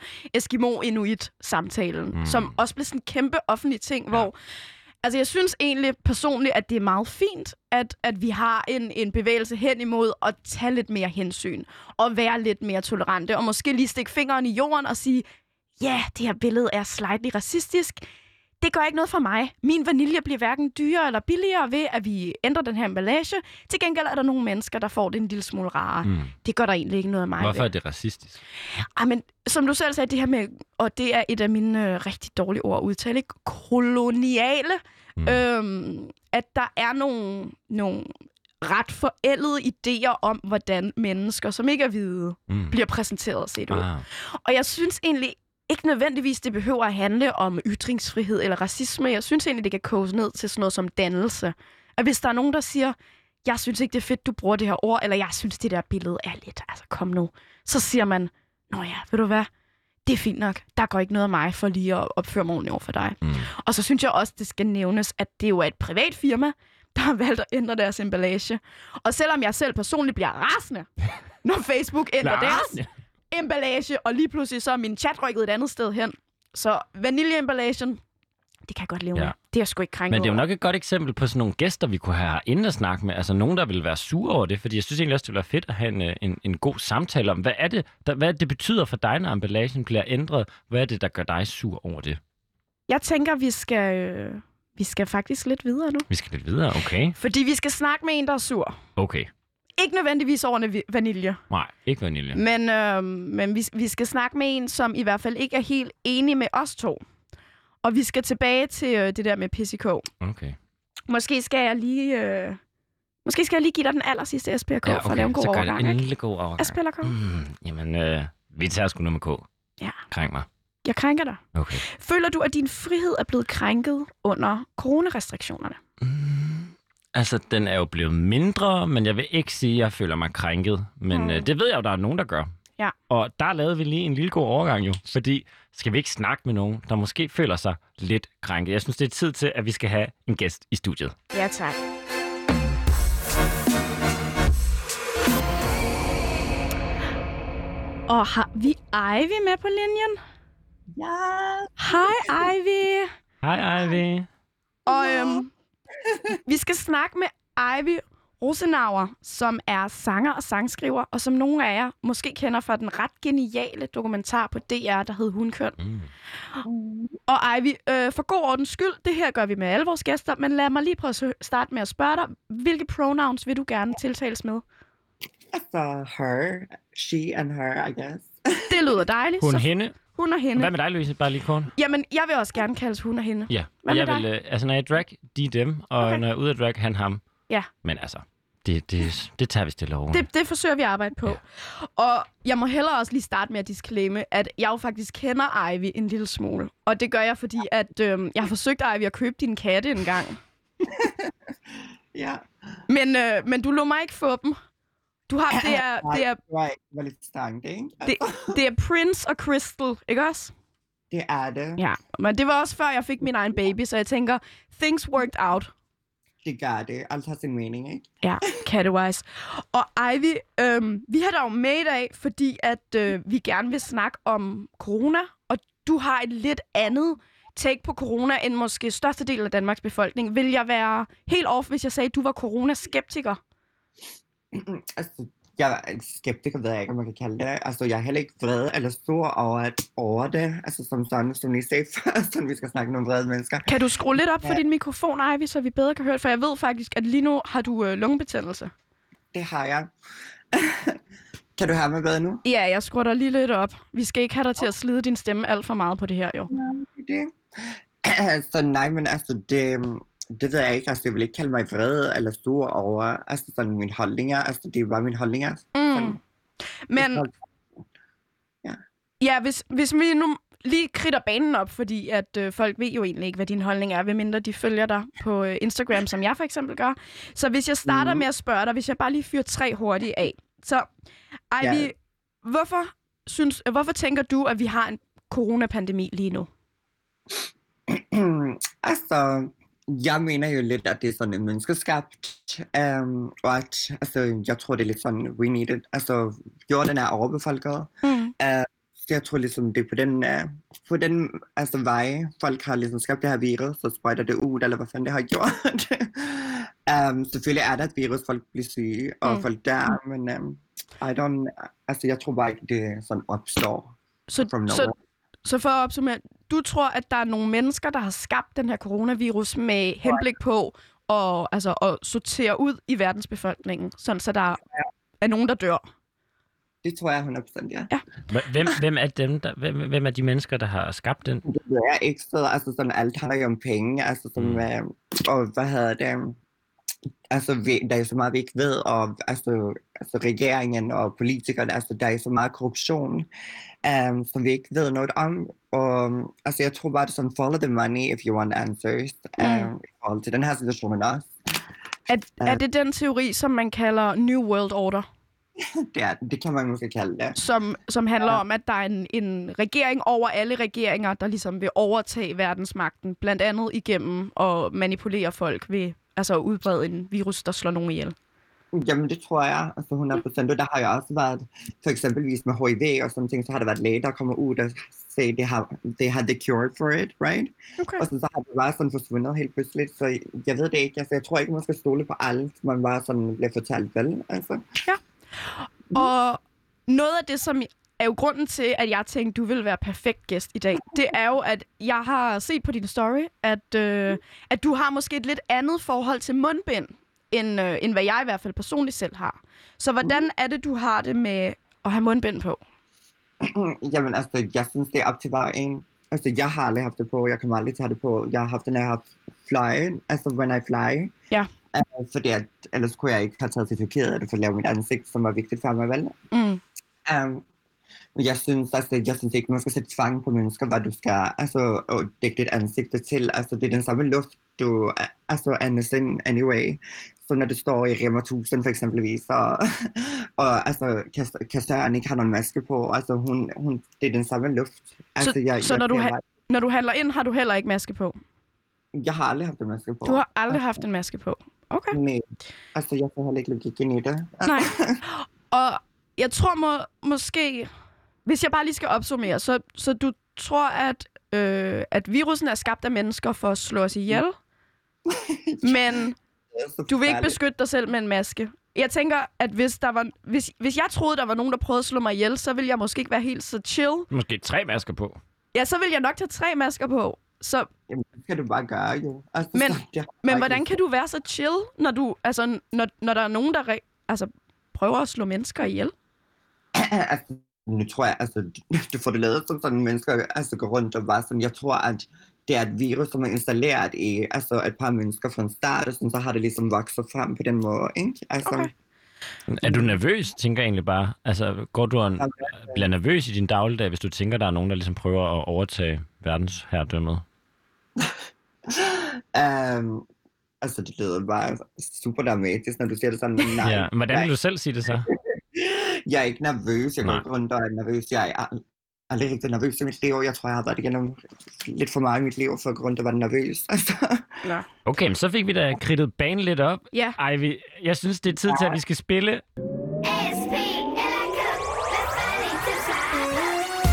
A: Eskimo-Inuit-samtalen,
B: Mm.
A: mm. som også blev sådan en kæmpe offentlig ting, ja. hvor... Altså, jeg synes egentlig personligt, at det er meget fint, at, at vi har en, en bevægelse hen imod at tage lidt mere hensyn og være lidt mere tolerante, og måske lige stikke fingeren i jorden og sige, ja, det her billede er slightly racistisk. Det gør ikke noget for mig. Min vanilje bliver hverken dyrere eller billigere ved, at vi ændrer den her emballage. Til gengæld er der nogle mennesker, der får det en lille smule rarere. Mm. Det gør der egentlig ikke noget af mig.
B: Hvorfor
A: ved.
B: er det racistisk?
A: Ej, Ah, men som du selv sagde, det her med, og det er et af mine øh, rigtig dårlige ord at udtale, ikke? koloniale,
B: Mm.
A: mm. øhm, at der er nogle, nogle ret forældede idéer om, hvordan mennesker, som ikke er hvide,
B: Mm.
A: bliver præsenteret og set ud.
B: Ah.
A: Og jeg synes egentlig ikke nødvendigvis, det behøver at handle om ytringsfrihed eller racisme. Jeg synes egentlig, det kan koges ned til sådan noget som dannelse. At hvis der er nogen, der siger, jeg synes ikke, det er fedt, du bruger det her ord, eller jeg synes, det der billede er lidt, altså kom nu. Så siger man, nå ja, ved du hvad, det er fint nok. Der går ikke noget af mig for lige at opføre mig ordentligt over for dig.
B: Mm.
A: Og så synes jeg også, det skal nævnes, at det jo er et privat firma, der har valgt at ændre deres emballage. Og selvom jeg selv personligt bliver rasende, når Facebook ændrer
B: Bliver
A: deres
B: rasende?
A: emballage, og lige pludselig så er min chat rykket et andet sted hen. Så vaniljeemballagen, det kan jeg godt leve
B: Ja.
A: ja. med. Det er jeg sgu ikke krænket
B: Men det er jo
A: over.
B: nok et godt eksempel på sådan nogle gæster, vi kunne have herinde at snakke med. Altså nogen, der ville være sure over det, fordi jeg synes egentlig også, det ville være fedt at have en, øh, en, en god samtale om, hvad er det, der, hvad det betyder for dig, når emballagen bliver ændret? Hvad er det, der gør dig sur over det?
A: Jeg tænker, vi skal, øh, vi skal faktisk lidt videre nu.
B: Vi skal lidt videre, okay?
A: Fordi vi skal snakke med en, der er sur.
B: Okay.
A: Ikke nødvendigvis over navi- vanilje,
B: Nej, ikke vanilje.
A: men, øh, men vi, vi skal snakke med en, som i hvert fald ikke er helt enig med os to. Og vi skal tilbage til øh, det der med PCK.
B: Okay.
A: Måske skal jeg lige... Øh, måske skal jeg lige give dig den aller sidste SPK ja, okay. for at lave en god
B: så gør
A: overgang.
B: det en
A: ikke?
B: lille god overgang.
A: Jeg spiller kom.
B: Mm, jamen, øh, vi tager sgu nummer K.
A: Ja.
B: Krænk mig.
A: Jeg krænker dig.
B: Okay.
A: Føler du, at din frihed er blevet krænket under coronarestriktionerne?
B: Altså, den er jo blevet mindre, men jeg vil ikke sige, at jeg føler mig krænket. Men mm.
A: Mm.
B: øh, det ved jeg jo, der er nogen, der gør.
A: Ja.
B: Og der lavede vi lige en lille god overgang jo, fordi skal vi ikke snakke med nogen, der måske føler sig lidt krænket? Jeg synes, det er tid til, at vi skal have en gæst i studiet.
A: Ja, tak. Og har vi Ivy med på linjen?
C: Ja,
A: Hej Ivy!
B: Hej, Ivy.
A: Og øhm, vi skal snakke med Ivy Rosenauer, som er sanger og sangskriver, og som nogle af jer måske kender fra den ret geniale dokumentar på DR, der hed Hundkøn.
B: Mm.
A: Og Ivy, øh, for god ordens skyld, det her gør vi med alle vores gæster, men lad mig lige prøve at sø- starte med at spørge dig, hvilke pronouns vil du gerne tiltales med?
C: Altså, uh, her. She and her, I guess.
A: Det lyder dejligt.
B: Hun,
A: så
B: hende.
A: hun og hende.
B: Hvad med dig, Louise? Bare lige kort.
A: Jamen, jeg vil også gerne kaldes hun og hende.
B: Ja.
A: Hvad
B: Og
A: med
B: jeg vil, øh, altså, når jeg er drag, de er dem, og
A: Okay.
B: okay. når jeg er ude af drag, han ham.
A: Ja.
B: Men altså, det, det, det tager vi stille over.
A: Det, det forsøger vi at arbejde på.
B: Ja.
A: Og jeg må hellere også lige starte med at disclaime, at jeg jo faktisk kender Ivy en lille smule. Og det gør jeg, fordi at, øhm, jeg har forsøgt, Ivy, at købe din katte en gang.
C: Ja,
A: Men, øh, men du lå mig ikke få dem. Du har, det er, det er,
C: right. Det var lidt stankt, ikke?
A: det, det er Prince og Crystal, ikke også?
C: Det er det.
A: Ja. Men det var også før, jeg fik min egen baby, så jeg tænker, things worked out.
C: Det gør det. Alt har sin mening, ikke?
A: Ja, Cattewise. Og Ivy, øhm, vi har dig jo med i dag, fordi at øh, vi gerne vil snakke om corona, og du har et lidt andet take på corona end måske størstedelen af Danmarks befolkning. Vil jeg være helt off, hvis jeg sagde, at du var coronaskeptiker?
C: altså, jeg er skeptiker, ved jeg ikke, om man kan kalde det. Altså, jeg er heller ikke vred eller sur over, at, over det. Altså, som sådan, som lige sagde før, sådan, vi skal snakke med nogle vrede mennesker.
A: Kan du skrue lidt op for
C: Ja.
A: din mikrofon, Ivy, så vi bedre kan høre det? For jeg ved faktisk, at lige nu har du øh, lungebetændelse.
C: Det har jeg. kan du høre mig bedre nu?
A: Ja, jeg skruer dig lige lidt op. Vi skal ikke have dig til at slide din stemme alt for meget på det her, jo.
C: Det. altså, nej, men altså, det, det ved jeg ikke. Altså, jeg vil ikke kalde mig vred eller sur over, altså, sådan mine holdninger. Altså, det er bare mine holdninger.
A: Mm. Men Ja, hvis, hvis vi nu lige kridter banen op, fordi at øh, folk ved jo egentlig ikke, hvad din holdning er, medmindre de følger dig på øh, Instagram, som jeg for eksempel gør. Så hvis jeg starter
C: Mhm.
A: med at spørge dig, hvis jeg bare lige fyrer tre hurtigt af. Så Ivy,
C: Ja.
A: hvorfor, synes, øh, hvorfor tænker du, at vi har en coronapandemi lige nu?
C: altså, jeg mener jo lidt, at det er sådan menneskeskabt, um, og at, altså, jeg tror, det er lidt sådan, we need it. Altså, jorden er overbefolket,
A: Mm.
C: uh, så jeg tror ligesom, det er på den, uh, på den altså, vej, folk har ligesom skabt det her virus, så sprøjter det ud, eller hvad fanden det har gjort. um, selvfølgelig er der et virus, folk bliver syge, og
A: Mm.
C: mm. folk der, men um, I don't, altså, jeg tror bare ikke, det sådan opstår
A: Så,
C: from nowhere.
A: så, så for at opsummere, du tror, at der er nogle mennesker, der har skabt den her coronavirus med henblik på at, altså, at sortere ud i verdensbefolkningen, sådan så der er nogen, der dør.
C: Det tror jeg 100%, ja.
B: Hv- Hvem, hvem, er dem, der, hvem, hvem er de mennesker, der har skabt den?
C: Det ved jeg ikke, så altså sådan alt handler jo om penge, altså som,
B: Mm.
C: mm. øh, og hvad hedder det, altså vi, der er jo så meget, vi ikke ved, og altså, altså regeringen og politikerne, altså der er jo så meget korruption, um, som vi ikke ved noget om, og altså jeg tror bare, det er sådan, follow the money if you want answers, um,
A: Mm.
C: mm. i forhold til den her situation også,
A: Er, er
C: Øh.
A: det den teori, som man kalder New World Order,
C: det, er, det kan man måske kalde det.
A: som, som handler
C: Ja.
A: om, at der er en, en regering over alle regeringer, der ligesom vil overtage verdensmagten, blandt andet igennem at manipulere folk ved altså at udbrede en virus, der slår nogen ihjel.
C: Jamen, det tror jeg, altså 100 procent. Og der har jeg også været, for eksempelvis med HIV og sådan ting, så har der været læger, der kommer ud og siger, they have, they have the cure for it, right?
A: Okay.
C: Og så, så har det bare sådan forsvundet helt pludselig, så jeg ved det ikke. Altså, jeg tror ikke, man skal stole på alt, man bare sådan bliver fortalt, vel? Altså,
A: Og noget af det, som er jo grunden til, at jeg tænkte, du ville være perfekt gæst i dag, det er jo, at jeg har set på din story, at, øh, at du har måske et lidt andet forhold til mundbind, end, øh, end hvad jeg i hvert fald personligt selv har. Så hvordan er det, du har det med at have mundbind på?
C: jamen, altså, jeg synes, det er op til hver en. Altså, jeg har aldrig haft det på, jeg kommer aldrig til at have det på. Jeg har haft det, når jeg har fløjet, altså when I fly.
A: Ja.
C: Uh, fordi at, ellers kunne jeg ikke have taget til Tyrkiet, eller få lavet mit ansigt, som var vigtigt for mig, vel?
A: Mm.
C: Um, men jeg synes, altså, jeg synes ikke, man skal sætte tvang på mennesker, hvad du skal altså, og dække dit ansigte til. Altså, det er den samme luft, du altså, andet end anyway. Så når du står i Rema 1000 for eksempelvis, og, og altså, Kas- Kasøren ikke har nogen maske på, altså, hun, hun, det er den samme luft. Altså,
A: så når du
C: bliver
A: har-
C: bare-
A: Når du handler ind, har du heller ikke maske på.
C: jeg har aldrig haft en maske på.
A: Du har aldrig haft en maske på. Okay.
C: Nej, altså, jeg får heller ikke logikken i det.
A: Nej. Og jeg tror må, måske, hvis jeg bare lige skal opsummere, så, så du tror, at, øh, at virusen er skabt af mennesker for at slå os ihjel, men
C: Altså,
A: du vil ikke
C: forfærdeligt.
A: beskytte dig selv med en maske. Jeg tænker, at hvis, der var, hvis, hvis jeg troede, der var nogen, der prøvede at slå mig ihjel, så ville jeg måske ikke være helt så chill.
B: Måske tre masker på.
A: Ja, så ville jeg nok tage tre masker på. Så,
C: Jamen, det skal du bare gøre, jo. Altså,
A: Men-
C: så, det har jeg
A: men
C: ikke
A: hvordan kan du være så chill, når, du, altså, når, når der er nogen, der re- altså, prøver at slå mennesker ihjel?
C: altså, nu tror jeg, altså, du, du får det lavet som sådan, mennesker altså, går rundt og bare sådan, jeg tror, at det er et virus, som er installeret i altså, et par mennesker fra en start, og sådan, så har det ligesom vokset frem på den måde, ikke? Altså,
A: Okay.
B: Er du nervøs, tænker jeg egentlig bare? Altså, går du en,
C: altså-
B: bliver nervøs i din dagligdag, hvis du tænker, der er nogen, der ligesom prøver at overtage verdensherredømmet?
C: øhm, altså, det lyder bare super dramatisk, når du siger det sådan, men nej,
B: Ja. Hvordan
C: jeg,
B: vil du selv sige det så?
C: jeg er ikke nervøs, jeg går
B: Nej.
C: ikke rundt og er nervøs, jeg er ald- aldrig rigtig nervøs i mit liv, jeg tror, jeg har været igennem lidt for meget i mit liv, for at gå rundt og være nervøs, altså.
A: Nå.
B: Okay, men så fik vi da kridtet banen lidt op.
A: Ja,
B: Ej, vi, jeg synes, det er tid til, at vi skal spille.
D: ASP, Electric, let's find it to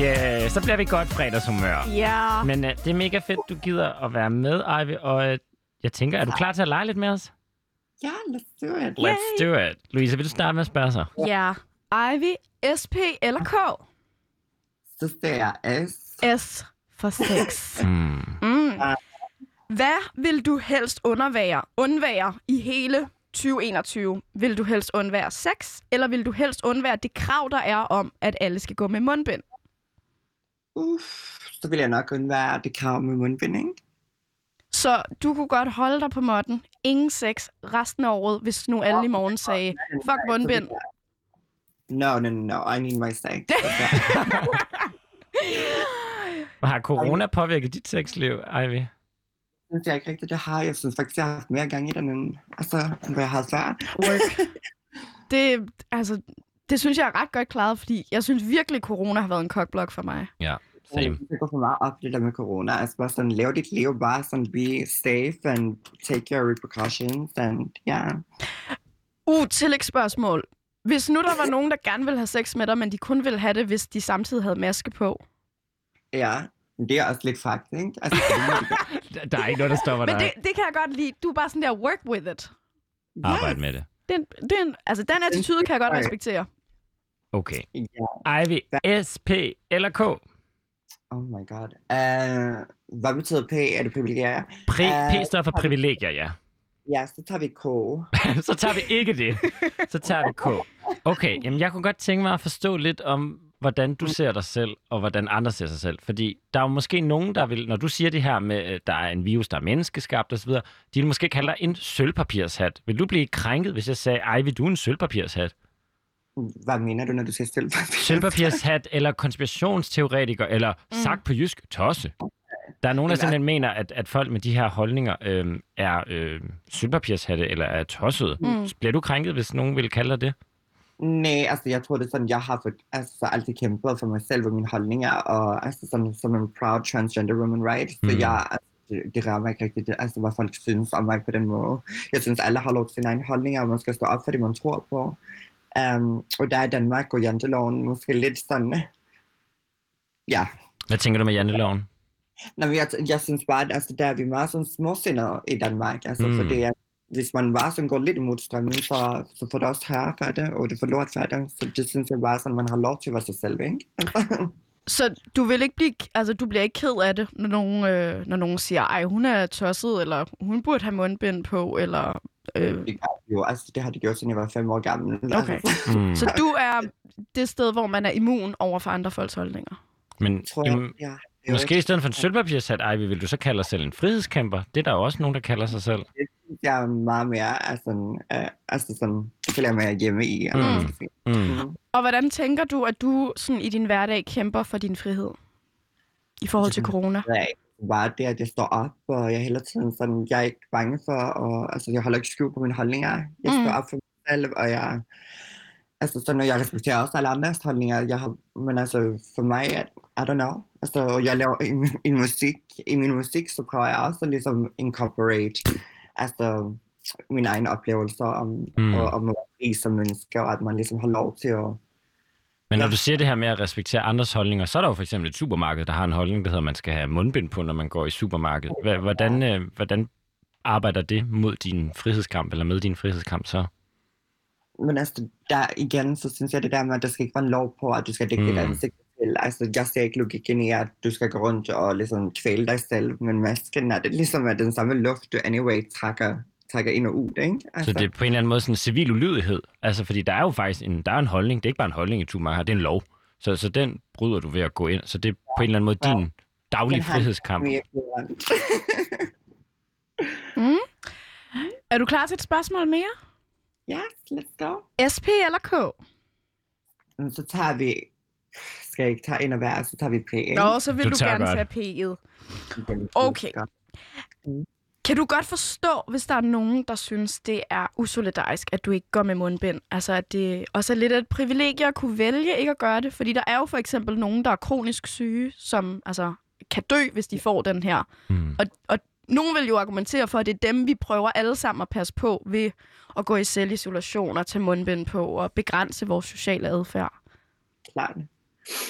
B: Ja, yeah, så bliver vi godt fredagshumør.
A: ja.
B: Men uh, det er mega fedt, du gider at være med, Ivy. Og uh, jeg tænker, er du klar til at lege lidt med os?
C: Ja, let's do it.
B: Let's do it. Louise, vil du starte med at spørge sig?
A: ja. Ivy, SP eller K?
C: Så ser jeg S.
A: S for sex.
B: Mm.
A: Mm. Hvad vil du helst undervære, undvære i hele 2021? Vil du helst undvære sex, eller vil du helst undvære det krav, der er om, at alle skal gå med mundbind?
C: Uff, så vil jeg nok kun være det krav med mundbind, ikke?
A: Så du kunne godt holde dig på måtten. Ingen sex resten af året, hvis nu alle i morgen sagde, fuck mundbind.
C: No, no, no, no, I need my Altså, sex.
B: Har corona påvirket dit sexliv, Ivy?
C: Det synes jeg ikke rigtigt, det har. Jeg synes faktisk, jeg har haft mere gang i den, end altså, hvad jeg har svært.
A: Work. Det, altså, det synes jeg er ret godt klaret, fordi jeg synes virkelig, corona har været en kokblok for mig.
B: Same.
C: Øh, Det går for meget op i det der med corona. Altså bare sådan, lav dit liv, bare sådan, be safe and take your repercussions. And yeah.
A: Uh, tillægsspørgsmål. Hvis nu der var nogen, der gerne ville have sex med dig, men de kun ville have det, hvis de samtidig havde maske på.
C: Ja, men det er også lidt fakt, ikke? Altså, det må du gøre.
B: Der- Der er ikke noget, der stopper
A: Men
B: dig.
A: det, det kan jeg godt lide. Du er bare sådan der, work with it.
B: Arbejde med det.
A: Den, den, altså, den attitude kan jeg godt respektere.
B: Okay.
C: Ja.
B: Ivy, SP eller K?
C: Oh my god. Uh, hvad betyder P? Er det privilegier?
B: Pri, P
C: Øh,
B: står for privilegier, ja.
C: Ja, så tager vi K.
B: så tager vi ikke det. Så tager vi K. Okay, jamen jeg kunne godt tænke mig at forstå lidt om, hvordan du ser dig selv, og hvordan andre ser sig selv. Fordi der er jo måske nogen, der vil, når du siger det her med, at der er en virus, der er menneskeskabt osv., de vil måske kalde dig en sølvpapirshat. Vil du blive krænket, hvis jeg sagde, ej, vil du er en sølvpapirshat?
C: Hvad mener du, når du siger sølvpapir?
B: Sølvpapirshat eller konspirationsteoretiker, eller mm. sagt på jysk, tosse. Der er nogen, der
C: Eller-
B: simpelthen mener, at, at folk med de her holdninger øh, er øh, sølvpapirshatte eller er tossede. Mm. Bliver du krænket, hvis nogen vil kalde dig det?
C: Nej, altså jeg tror det er sådan, jeg har fået, altså, så altid kæmpet for mig selv og mine holdninger, og altså sådan, som en proud transgender woman, right? Så
B: Mm.
C: jeg, altså, det, det rammer ikke rigtigt, det, altså hvad folk synes om mig på den måde. Jeg synes, alle har lov til sine egne holdninger, og man skal stå op for det, man tror på. Um, og der i Danmark går janteloven måske lidt sådan, ja,
B: Hvad tænker du med janteloven?
C: Nå, men jeg, jeg synes bare, at altså, der er vi meget sådan småsindede i Danmark. Altså,
B: Mm.
C: mm. fordi at hvis man bare sådan går lidt imod strømmen, så, så får det også herre for det, og det får lort for det. Så det synes jeg bare, sådan, man har lov til at være sig selv, ikke?
A: Så du vil ikke blive, altså, du bliver ikke ked af det, når nogen, øh, når nogen siger, ej, hun er tosset, eller hun burde have mundbind på, eller... Øh.
C: Det, gør jeg jo, altså, det har det gjort, siden jeg var fem år gammel.
A: Okay.
C: Altså,
B: Mm.
A: Så du er det sted, hvor man er immun over for andre folks holdninger.
B: Men
C: tror jeg,
B: jamen,
C: ja.
B: måske i stedet for en sølvpapirshat, ej, vil du så kalde dig selv en frihedskæmper? Det er der jo også nogen, der kalder sig selv.
C: Jeg er meget mere, altså, øh, altså sådan, det føler jeg mig hjemme i. eller hvad man skal sige.
B: Mm.
C: Mm.
A: Og hvordan tænker du, at du sådan, i din hverdag kæmper for din frihed? I forhold til corona?
C: af, bare det, at jeg står op, og jeg hele tiden sådan, jeg er ikke bange for, og altså, jeg holder ikke skjul på mine holdninger. Jeg står
A: Mm.
C: op for mig selv, og jeg, altså sådan, og jeg respekterer også alle andres holdninger. Jeg har, men altså, for mig, I don't know. Altså, og jeg laver i min, i min musik, i min musik, så prøver jeg også at ligesom incorporate, altså, mine egne oplevelser om,
B: Mm.
C: mm. og, om at være fri som menneske, og at man ligesom har lov til at
B: Men når du siger det her med at respektere andres holdninger, så er der jo for eksempel et supermarked, der har en holdning, der hedder, at man skal have mundbind på, når man går i supermarkedet. Hva- Hvordan, øh, hvordan arbejder det mod din frihedskamp, eller med din frihedskamp så?
C: Men altså, der igen, så synes jeg det der med, at der skal ikke være en lov på, at du skal dække mm. dit
B: Mm.
C: ansigt til. Altså, jeg ser ikke logikken i, at du skal gå rundt og ligesom kvæle dig selv, men masken er det ligesom er den samme luft, du anyway trækker, trækker ind og ud, ikke? Altså,
B: Så det er på en eller anden måde sådan en civil ulydighed. Altså, fordi der er jo faktisk en, der er en holdning. Det er ikke bare en holdning i Tumaha, det er en lov. Så, så den bryder du ved at gå ind. Så det er på en eller anden måde
C: Ja.
B: din daglige
C: Den har-
B: frihedskamp.
C: mere fjern.
A: Er du klar til et spørgsmål mere?
C: yes, let's go.
A: SP eller K?
C: Men Så tager vi... Skal jeg ikke tage en af hver, så tager vi P. ikke?
A: Nå, så vil
B: Du
A: du,
B: tager
A: gerne
B: godt.
A: tage P'et.
C: Den-
A: Okay. Kan du godt forstå, hvis der er nogen, der synes, det er usolidarisk, at du ikke går med mundbind? Altså, at det også er lidt af et privilegie at kunne vælge ikke at gøre det? Fordi der er jo for eksempel nogen, der er kronisk syge, som altså, kan dø, hvis de får den her.
B: Mm.
A: Og, og nogen vil jo argumentere for, at det er dem, vi prøver alle sammen at passe på ved at gå i selvisolation og tage mundbind på og begrænse vores sociale adfærd.
C: klart.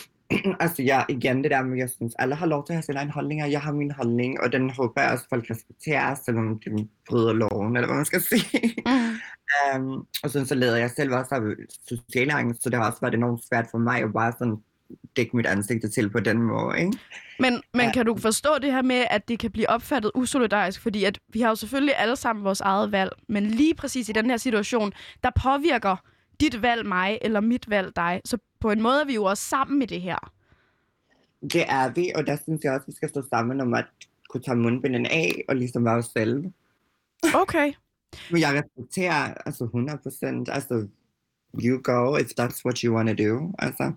C: altså jeg, igen det der med, jeg synes, alle har lov til at have sine egne holdninger. Jeg har min holdning, og den håber jeg også, folk respekterer, selvom de bryder loven, eller hvad man skal sige.
A: Mm.
C: um, og sådan så leder jeg selv også af sociale angst, så det har også været enormt svært for mig at bare sådan dække mit ansigt til på den måde, ikke?
A: Men, men
C: Ja.
A: kan du forstå det her med, at det kan blive opfattet usolidarisk? Fordi at vi har jo selvfølgelig alle sammen vores eget valg, men lige præcis i den her situation, der påvirker dit valg mig, eller mit valg dig. Så på en måde er vi jo også sammen i det her.
C: Det er vi, og der synes jeg også, vi skal stå sammen om at kunne tage mundbinden af og ligesom være os selv.
A: Okay.
C: Men jeg respekterer altså 100%, altså you go if that's what you want to do, altså.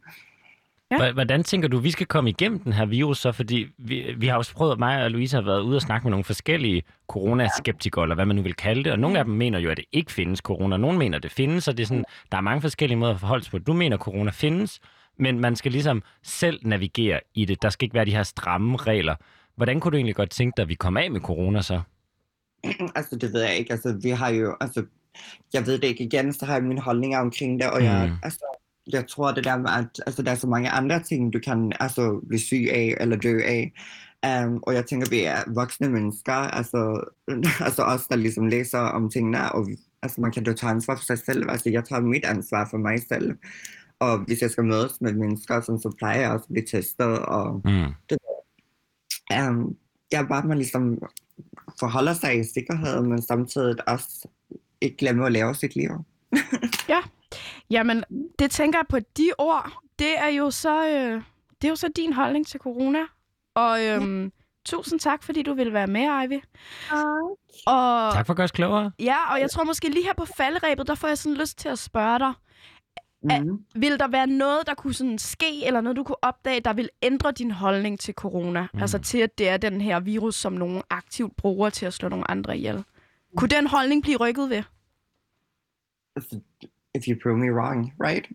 A: Ja.
B: Hva- Hvordan tænker du, vi skal komme igennem den her virus så? Fordi vi, vi har jo også prøvet, mig og Louise har været ude og snakke med nogle forskellige coronaskeptikere, eller hvad man nu vil kalde det, og nogle af dem mener jo, at det ikke findes corona, og nogle mener, at det findes, og det er sådan, der er mange forskellige måder at forholde sig på. Du mener, at corona findes, men man skal ligesom selv navigere i det. Der skal ikke være de her stramme regler. Hvordan kunne du egentlig godt tænke dig, at vi kom af med corona så?
C: Altså, det ved jeg ikke. Altså, vi har jo... Altså, jeg ved det ikke igen, så har jeg mine holdninger omkring det, og jeg,
B: Mm.
C: altså, jeg tror det der med, at altså, der er så mange andre ting, du kan altså, blive syg af eller dø af. Um, og jeg tænker, vi er voksne mennesker, altså, altså os, der ligesom læser om tingene, og vi- altså, man kan jo tage ansvar for sig selv. Altså, jeg tager mit ansvar for mig selv. Og hvis jeg skal mødes med mennesker, sådan, så plejer jeg også at blive testet, og
B: Mm.
C: um, jeg er bare, at man ligesom forholder sig i sikkerhed, men samtidig også ikke glemmer at lave sit liv.
A: Jamen, det tænker jeg på de ord. Det er jo så, øh, det er jo så din holdning til corona. Og øhm, tusind tak, fordi du ville være med, Ivy. Og,
B: Tak for at gøre os klogere.
A: Ja, og jeg tror måske lige her på faldrebet, der får jeg sådan lyst til at spørge dig.
C: Mm.
A: Vil der være noget, der kunne sådan ske, eller noget, du kunne opdage, der vil ændre din holdning til corona? Mm. Altså til, at det er den her virus, som nogen aktivt bruger til at slå nogle andre ihjel. Kunne den holdning blive rykket ved?
C: Altså, If you prove me wrong, right?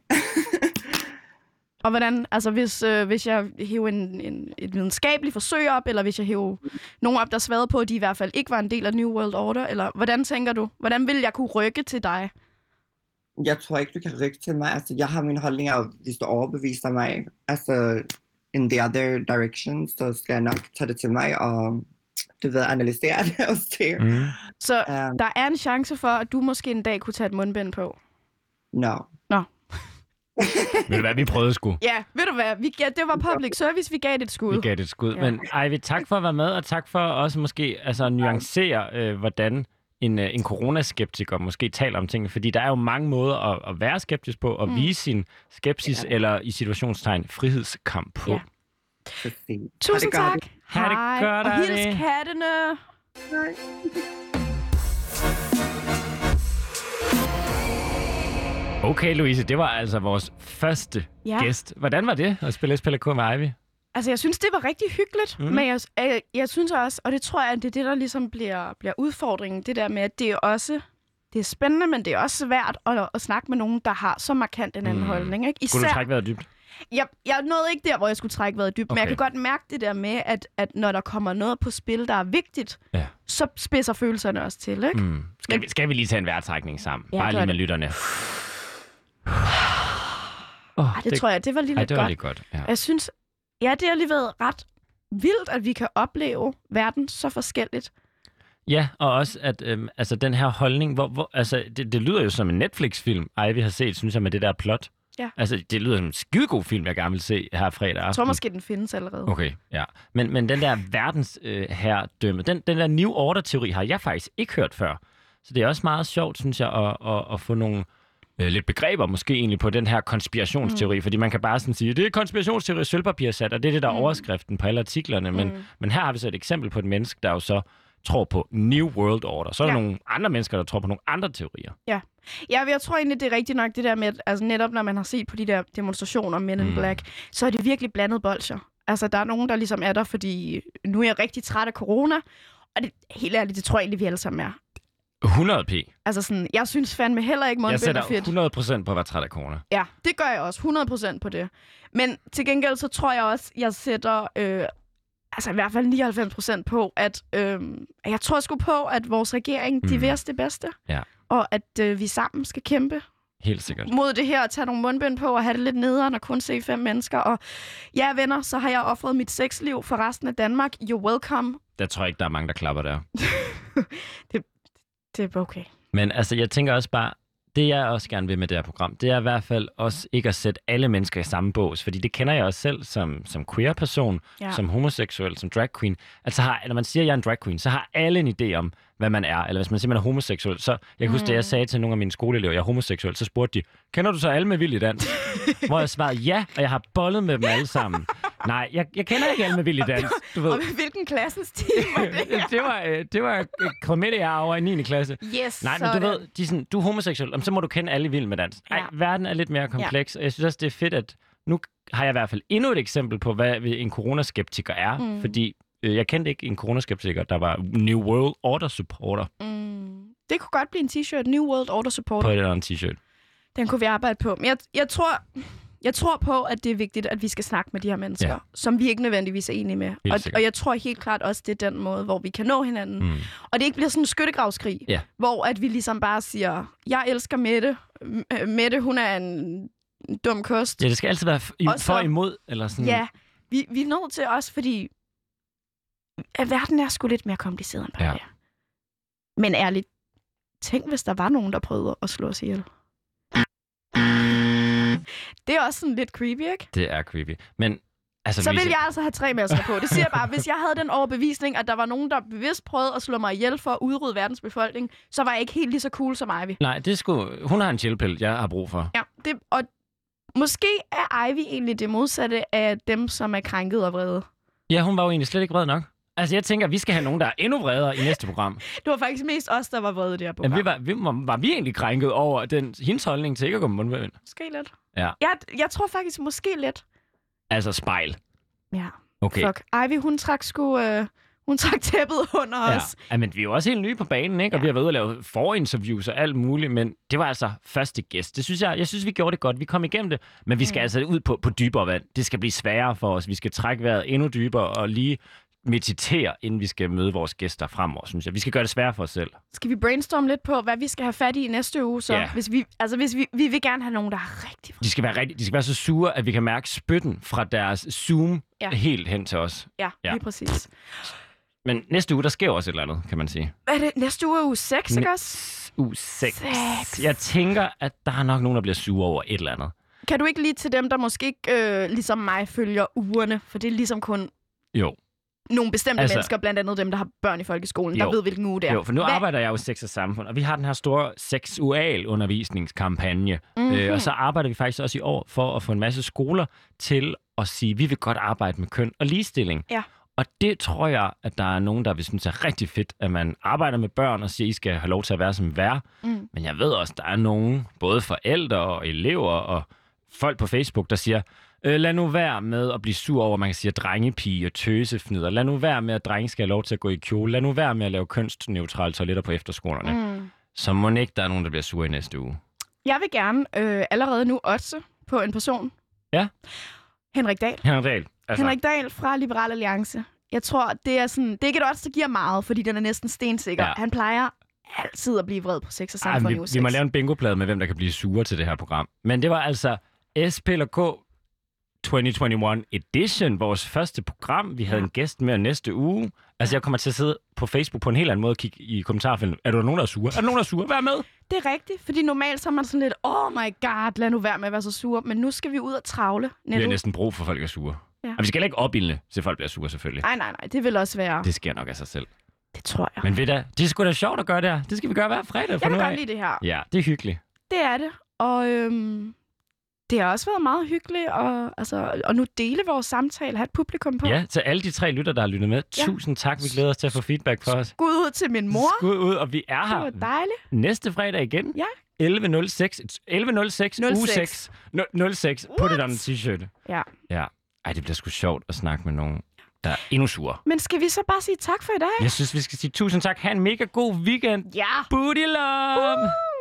A: Og hvordan, altså hvis, øh, hvis jeg hæver en, en, et videnskabeligt forsøg op, eller hvis jeg hæver nogen op, der sværede på, at de i hvert fald ikke var en del af New World Order, eller hvordan tænker du? Hvordan vil jeg kunne rykke til dig?
C: jeg tror ikke, du kan rykke til mig. Altså, jeg har mine holdninger, og hvis du overbeviser mig, altså in the other direction, så skal jeg nok tage det til mig og du ved, analysere det og se. Mm.
B: Mm.
A: Så
C: Um,
A: der er en chance for, at du måske en dag kunne tage et mundbind på.
C: no.
B: Ved du hvad, vi prøvede sgu.
A: Ja, ved du hvad? Vi gav, det var public service, vi gav det et skud.
B: Vi gav det et skud.
A: Ja.
B: Ja. Men Ivy, tak for at være med, og tak for også måske altså, at nuancere, øh, hvordan en, øh, en coronaskeptiker måske taler om tingene. Fordi der er jo mange måder at, at være skeptisk på, og
A: Mm.
B: mm. vise sin skepsis, ja. eller i situationstegn, frihedskamp på.
A: Ja.
B: Ja.
C: Præcis.
A: Tusind
C: Ha' det
A: tak.
C: godt.
B: Ha' det
A: Hej.
B: godt,
A: Og hils
B: Anne.
A: kattene.
B: Okay, Louise, det var altså vores første
A: Ja.
B: ja. gæst. Hvordan var det at spille SPLK med Ivy?
A: Altså, jeg synes, det var rigtig hyggeligt, mm.
B: Mhm.
A: men jeg, jeg, jeg synes også, og det tror jeg, at det er det, der ligesom bliver, bliver udfordringen, det der med, at det er også... Det er spændende, men det er også svært at, at snakke med nogen, der har så markant en anden
B: Mm.
A: holdning. Ikke?
B: Kunne du trække vejret dybt?
A: jeg, jeg nåede ikke der, hvor jeg skulle trække vejret dybt, okay. men jeg
B: Okay.
A: kan godt mærke det der med, at, at når der kommer noget på spil, der er vigtigt,
B: Ja.
A: så spidser følelserne også til. Ikke?
B: Mm. Skal, vi, skal vi lige tage en vejrtrækning sammen?
A: Ja,
B: Bare
A: gør
B: lige med
A: det.
B: lytterne. Oh,
A: Ej, det, det tror jeg, det var lige
B: ej,
A: lidt
B: det var
A: godt.
B: lidt godt. Ja.
A: Og Jeg synes, ja, det er alligevel ret vildt, at vi kan opleve verden så forskelligt.
B: Ja, og også at øhm, altså, den her holdning, hvor, hvor, altså, det, det lyder jo som en Netflix-film, ej, vi har set, synes jeg, med det der plot.
A: Ja.
B: Altså, det lyder som en skidegod film, jeg gerne vil se her fredag
A: Jeg
B: aften.
A: tror måske, den findes allerede.
B: Okay, ja. Men, men den der verdensherredømme, øh, herredømme, den, den der New Order-teori har jeg faktisk ikke hørt før. Så det er også meget sjovt, synes jeg, at, at, at få nogle øh, lidt begreber måske egentlig på den her konspirationsteori, mm. fordi man kan bare sådan sige, det er konspirationsteori sølvpapirsat, og det er det, der er overskriften på alle artiklerne, men, mm. men her har vi så et eksempel på et menneske, der jo så tror på New World Order. Så er der
A: Ja.
B: nogle andre mennesker, der tror på nogle andre teorier.
A: Ja, men jeg tror egentlig, det er rigtigt nok det der med, at altså, netop når man har set på de der demonstrationer Men in
B: Mm.
A: mm. Black, så er det virkelig blandet bolcher. Altså, der er nogen, der ligesom er der, fordi nu er jeg rigtig træt af corona, og det, helt ærligt, det tror jeg egentlig, vi alle sammen er.
B: 100p.
A: Altså sådan, jeg synes fandme heller ikke,
B: Jeg
A: mundbind er fedt.
B: sætter 100% på at være træt af corona.
A: Ja, det gør jeg også. 100% på det. Men til gengæld, så tror jeg også, jeg sætter... Øh, altså i hvert fald 99% på, at øh, jeg tror sgu på, at vores regering, mm. de
B: Mm.
A: vil os det bedste.
B: Ja.
A: Og at øh, vi sammen skal kæmpe
B: Helt sikkert.
A: mod det her, at tage nogle mundbind på og have det lidt nederen og kun se fem mennesker. Og ja, venner, så har jeg offret mit sexliv for resten af Danmark. You're welcome.
B: Der tror jeg ikke, der er mange, der klapper der.
A: Det er okay.
B: Men altså, jeg tænker også bare, det jeg også gerne vil med det her program, det er i hvert fald også ikke at sætte alle mennesker i samme bås, fordi det kender jeg også selv som, som queer-person, ja.
A: Ja.
B: som homoseksuel, som drag queen. Altså, har, når man siger, at jeg er en drag queen, så har alle en idé om, hvad man er. Eller hvis man siger, man er homoseksuel, så jeg kan huske, mm. da jeg sagde til nogle af mine skoleelever, jeg er homoseksuel, så spurgte de, kender du så alle med vild i dans? Hvor jeg svarede ja, og jeg har bollet med dem alle sammen. Nej, jeg, jeg kender ikke alle med vild i dans. Du ved.
A: Og hvilken klassens time var det her?
B: det var, øh, det var øh, komedie, jeg over i 9. klasse.
A: Yes,
B: Nej, men du
A: sådan.
B: ved, de er sådan, du er homoseksuel, jamen, så må du kende alle i vild med dans. Ej,
A: Ja.
B: verden er lidt mere kompleks, og jeg synes også, det er fedt, at nu har jeg i hvert fald endnu et eksempel på, hvad en coronaskeptiker er, mm. fordi øh, jeg kendte ikke en coronaskeptiker, der var New World Order supporter
A: Mm, det kunne godt blive en t-shirt. New World Order Support.
B: på et eller andet t-shirt.
A: Den kunne vi arbejde på. Men jeg, jeg, tror, jeg tror på, at det er vigtigt, at vi skal snakke med de her mennesker,
B: Ja.
A: ja. som vi ikke nødvendigvis er enige med. Og,
B: sikkert.
A: og jeg tror helt klart også, det er den måde, hvor vi kan nå hinanden.
B: Mm.
A: Og det ikke bliver sådan en skyttegravskrig,
B: Ja.
A: hvor at vi ligesom bare siger, jeg elsker Mette. M- øh, Mette, hun er en dum kost.
B: Ja, det skal altid være f- i-
A: Og så-
B: for og imod, eller sådan.
A: ja vi, vi er nødt til også, fordi at verden er sgu lidt mere kompliceret end bare
B: Ja.
A: ja. det. er. Men ærligt, tænk hvis der var nogen, der prøvede at slå os ihjel. Det er også sådan lidt creepy, ikke?
B: Det er creepy. Men altså,
A: Så
B: Louise,
A: ville jeg altså have tre masker på. Det siger jeg bare. Hvis jeg havde den overbevisning, at der var nogen, der bevidst prøvede at slå mig ihjel for at udrydde verdens befolkning, så var jeg ikke helt lige så cool som Ivy.
B: Nej, det skulle, hun har en chillpill, jeg har brug for.
A: Ja, det, og måske er Ivy egentlig det modsatte af dem, som er krænket og vrede.
B: Ja, hun var jo egentlig slet ikke vred nok. Altså, jeg tænker, vi skal have nogen, der er endnu vredere i næste program.
A: Det var faktisk mest os, der var vrede i det her program.
B: Jamen, vi var, vi, var, var vi egentlig krænket over den, hendes holdning til ikke at gå med mundbind?
A: Måske lidt.
B: Ja.
A: Jeg, jeg tror faktisk, måske lidt.
B: Altså spejl.
A: Ja,
B: Okay.
A: okay. fuck. Ivy, hun trak sgu... Øh, hun trak tæppet under ja.
B: Ja.
A: os.
B: ja, men vi er jo også helt nye på banen, ikke? Og vi har været ude og lave forinterviews og alt muligt, men det var altså første gæst. Det synes jeg, jeg synes, vi gjorde det godt. Vi kom igennem det, men vi skal mm. altså ud på, på dybere vand. Det skal blive sværere for os. Vi skal trække vejret endnu dybere og lige meditere, inden vi skal møde vores gæster fremover, synes jeg. Vi skal gøre det sværere for os selv.
A: Skal vi brainstorme lidt på, hvad vi skal have fat i næste uge? Så
B: Ja.
A: hvis vi, altså, hvis vi, vi vil gerne have nogen, der er rigtig
B: De skal være, rigtig, de skal være så sure, at vi kan mærke spytten fra deres Zoom ja.
A: Ja.
B: helt hen til os.
A: Ja,
B: Ja.
A: ja, lige præcis.
B: Men næste uge, der sker jo også et eller andet, kan man sige.
A: Hvad er det? Næste uge er uge 6, ikke også?
B: Næs- uge 6.
A: Seks.
B: Jeg tænker, at der er nok nogen, der bliver sure over et eller andet.
A: Kan du ikke lige til dem, der måske ikke øh, ligesom mig følger ugerne? For det er ligesom kun
B: Jo,
A: nogle bestemte
B: Altså-
A: altså, mennesker, blandt andet dem, der har børn i folkeskolen,
B: Jo.
A: der ved, hvilken uge det er.
B: jo for nu
A: Hvad-
B: arbejder jeg jo i sex og samfund, og vi har den her store seksualundervisningskampagne.
A: Mhm.
B: Mm-hmm. Øh, og så arbejder vi faktisk også i år for at få en masse skoler til at sige, at vi vil godt arbejde med køn og ligestilling.
A: Ja.
B: Og det tror jeg, at der er nogen, der vil synes er rigtig fedt, at man arbejder med børn og siger, at I skal have lov til at være som vær.
A: Mhm.
B: Mm. Men jeg ved også, at der er nogen, både forældre og elever og folk på Facebook, der siger, øh, lad nu være med at blive sur over, at man kan sige drengepige og tøsefnider. Lad nu være med, at drenge skal have lov til at gå i kjole. Lad nu være med at lave kønsneutrale toiletter på efterskolerne. Mm. Så må ikke, der er nogen, der bliver sure i næste uge.
A: Jeg vil gerne øh, allerede nu også på en person.
B: Ja.
A: Henrik Dahl.
B: Henrik Dahl.
A: Altså. Henrik Dahl fra Liberal Alliance. Jeg tror, det er sådan... Det er ikke et odds, der giver meget, fordi den er næsten stensikker.
B: Ja.
A: Ja. Han plejer altid at blive vred på sex og
B: Ej,
A: samfund
B: men
A: i uge
B: vi, vi må
A: seks.
B: lave en bingoplade med, hvem der kan blive sure til det her program. Men det var altså SP eller K 2021 Edition, vores første program. Vi havde en gæst med næste uge. Altså, jeg kommer til at sidde på Facebook på en helt anden måde og kigge i kommentarfeltet. Er der nogen, der er sure? Er der nogen, der er sure? Vær med!
A: Det er rigtigt, fordi normalt så er man sådan lidt, oh my god, lad nu være med at være så sur, men nu skal vi ud og travle.
B: Vi har
A: Netto.
B: næsten brug for, at folk er sure.
A: Ja.
B: Og vi skal heller ikke opildne, så folk bliver sure selvfølgelig.
A: Nej, nej, nej, det vil også være...
B: Det sker nok af sig selv.
A: Det tror jeg.
B: Men ved da, det er sgu da sjovt at gøre det her. Det skal vi gøre hver fredag fra
A: Jeg
B: nu
A: kan
B: af.
A: godt lide det her.
B: Ja, det er hyggeligt.
A: Det er det. Og øhm, det har også været meget hyggeligt at, altså, at nu dele vores samtale, have et publikum på.
B: Ja, til alle de tre lytter, der har lyttet med.
A: Ja.
B: Tusind tak. Vi glæder os til at få feedback for os.
A: Skud ud til min mor.
B: Skud ud, og vi er
A: Det var
B: her
A: dejligt.
B: næste fredag igen.
A: Ja.
B: 11.06. 11.06. Uge 6. 06. Put it
A: What?
B: on a t-shirt.
A: Ja.
B: Ja. Ej, det bliver sgu sjovt at snakke med nogen, der er endnu sure.
A: Men skal vi så bare sige tak for i dag?
B: Jeg synes, vi skal sige tusind tak. Ha' en mega god weekend.
A: Ja.
B: Booty love!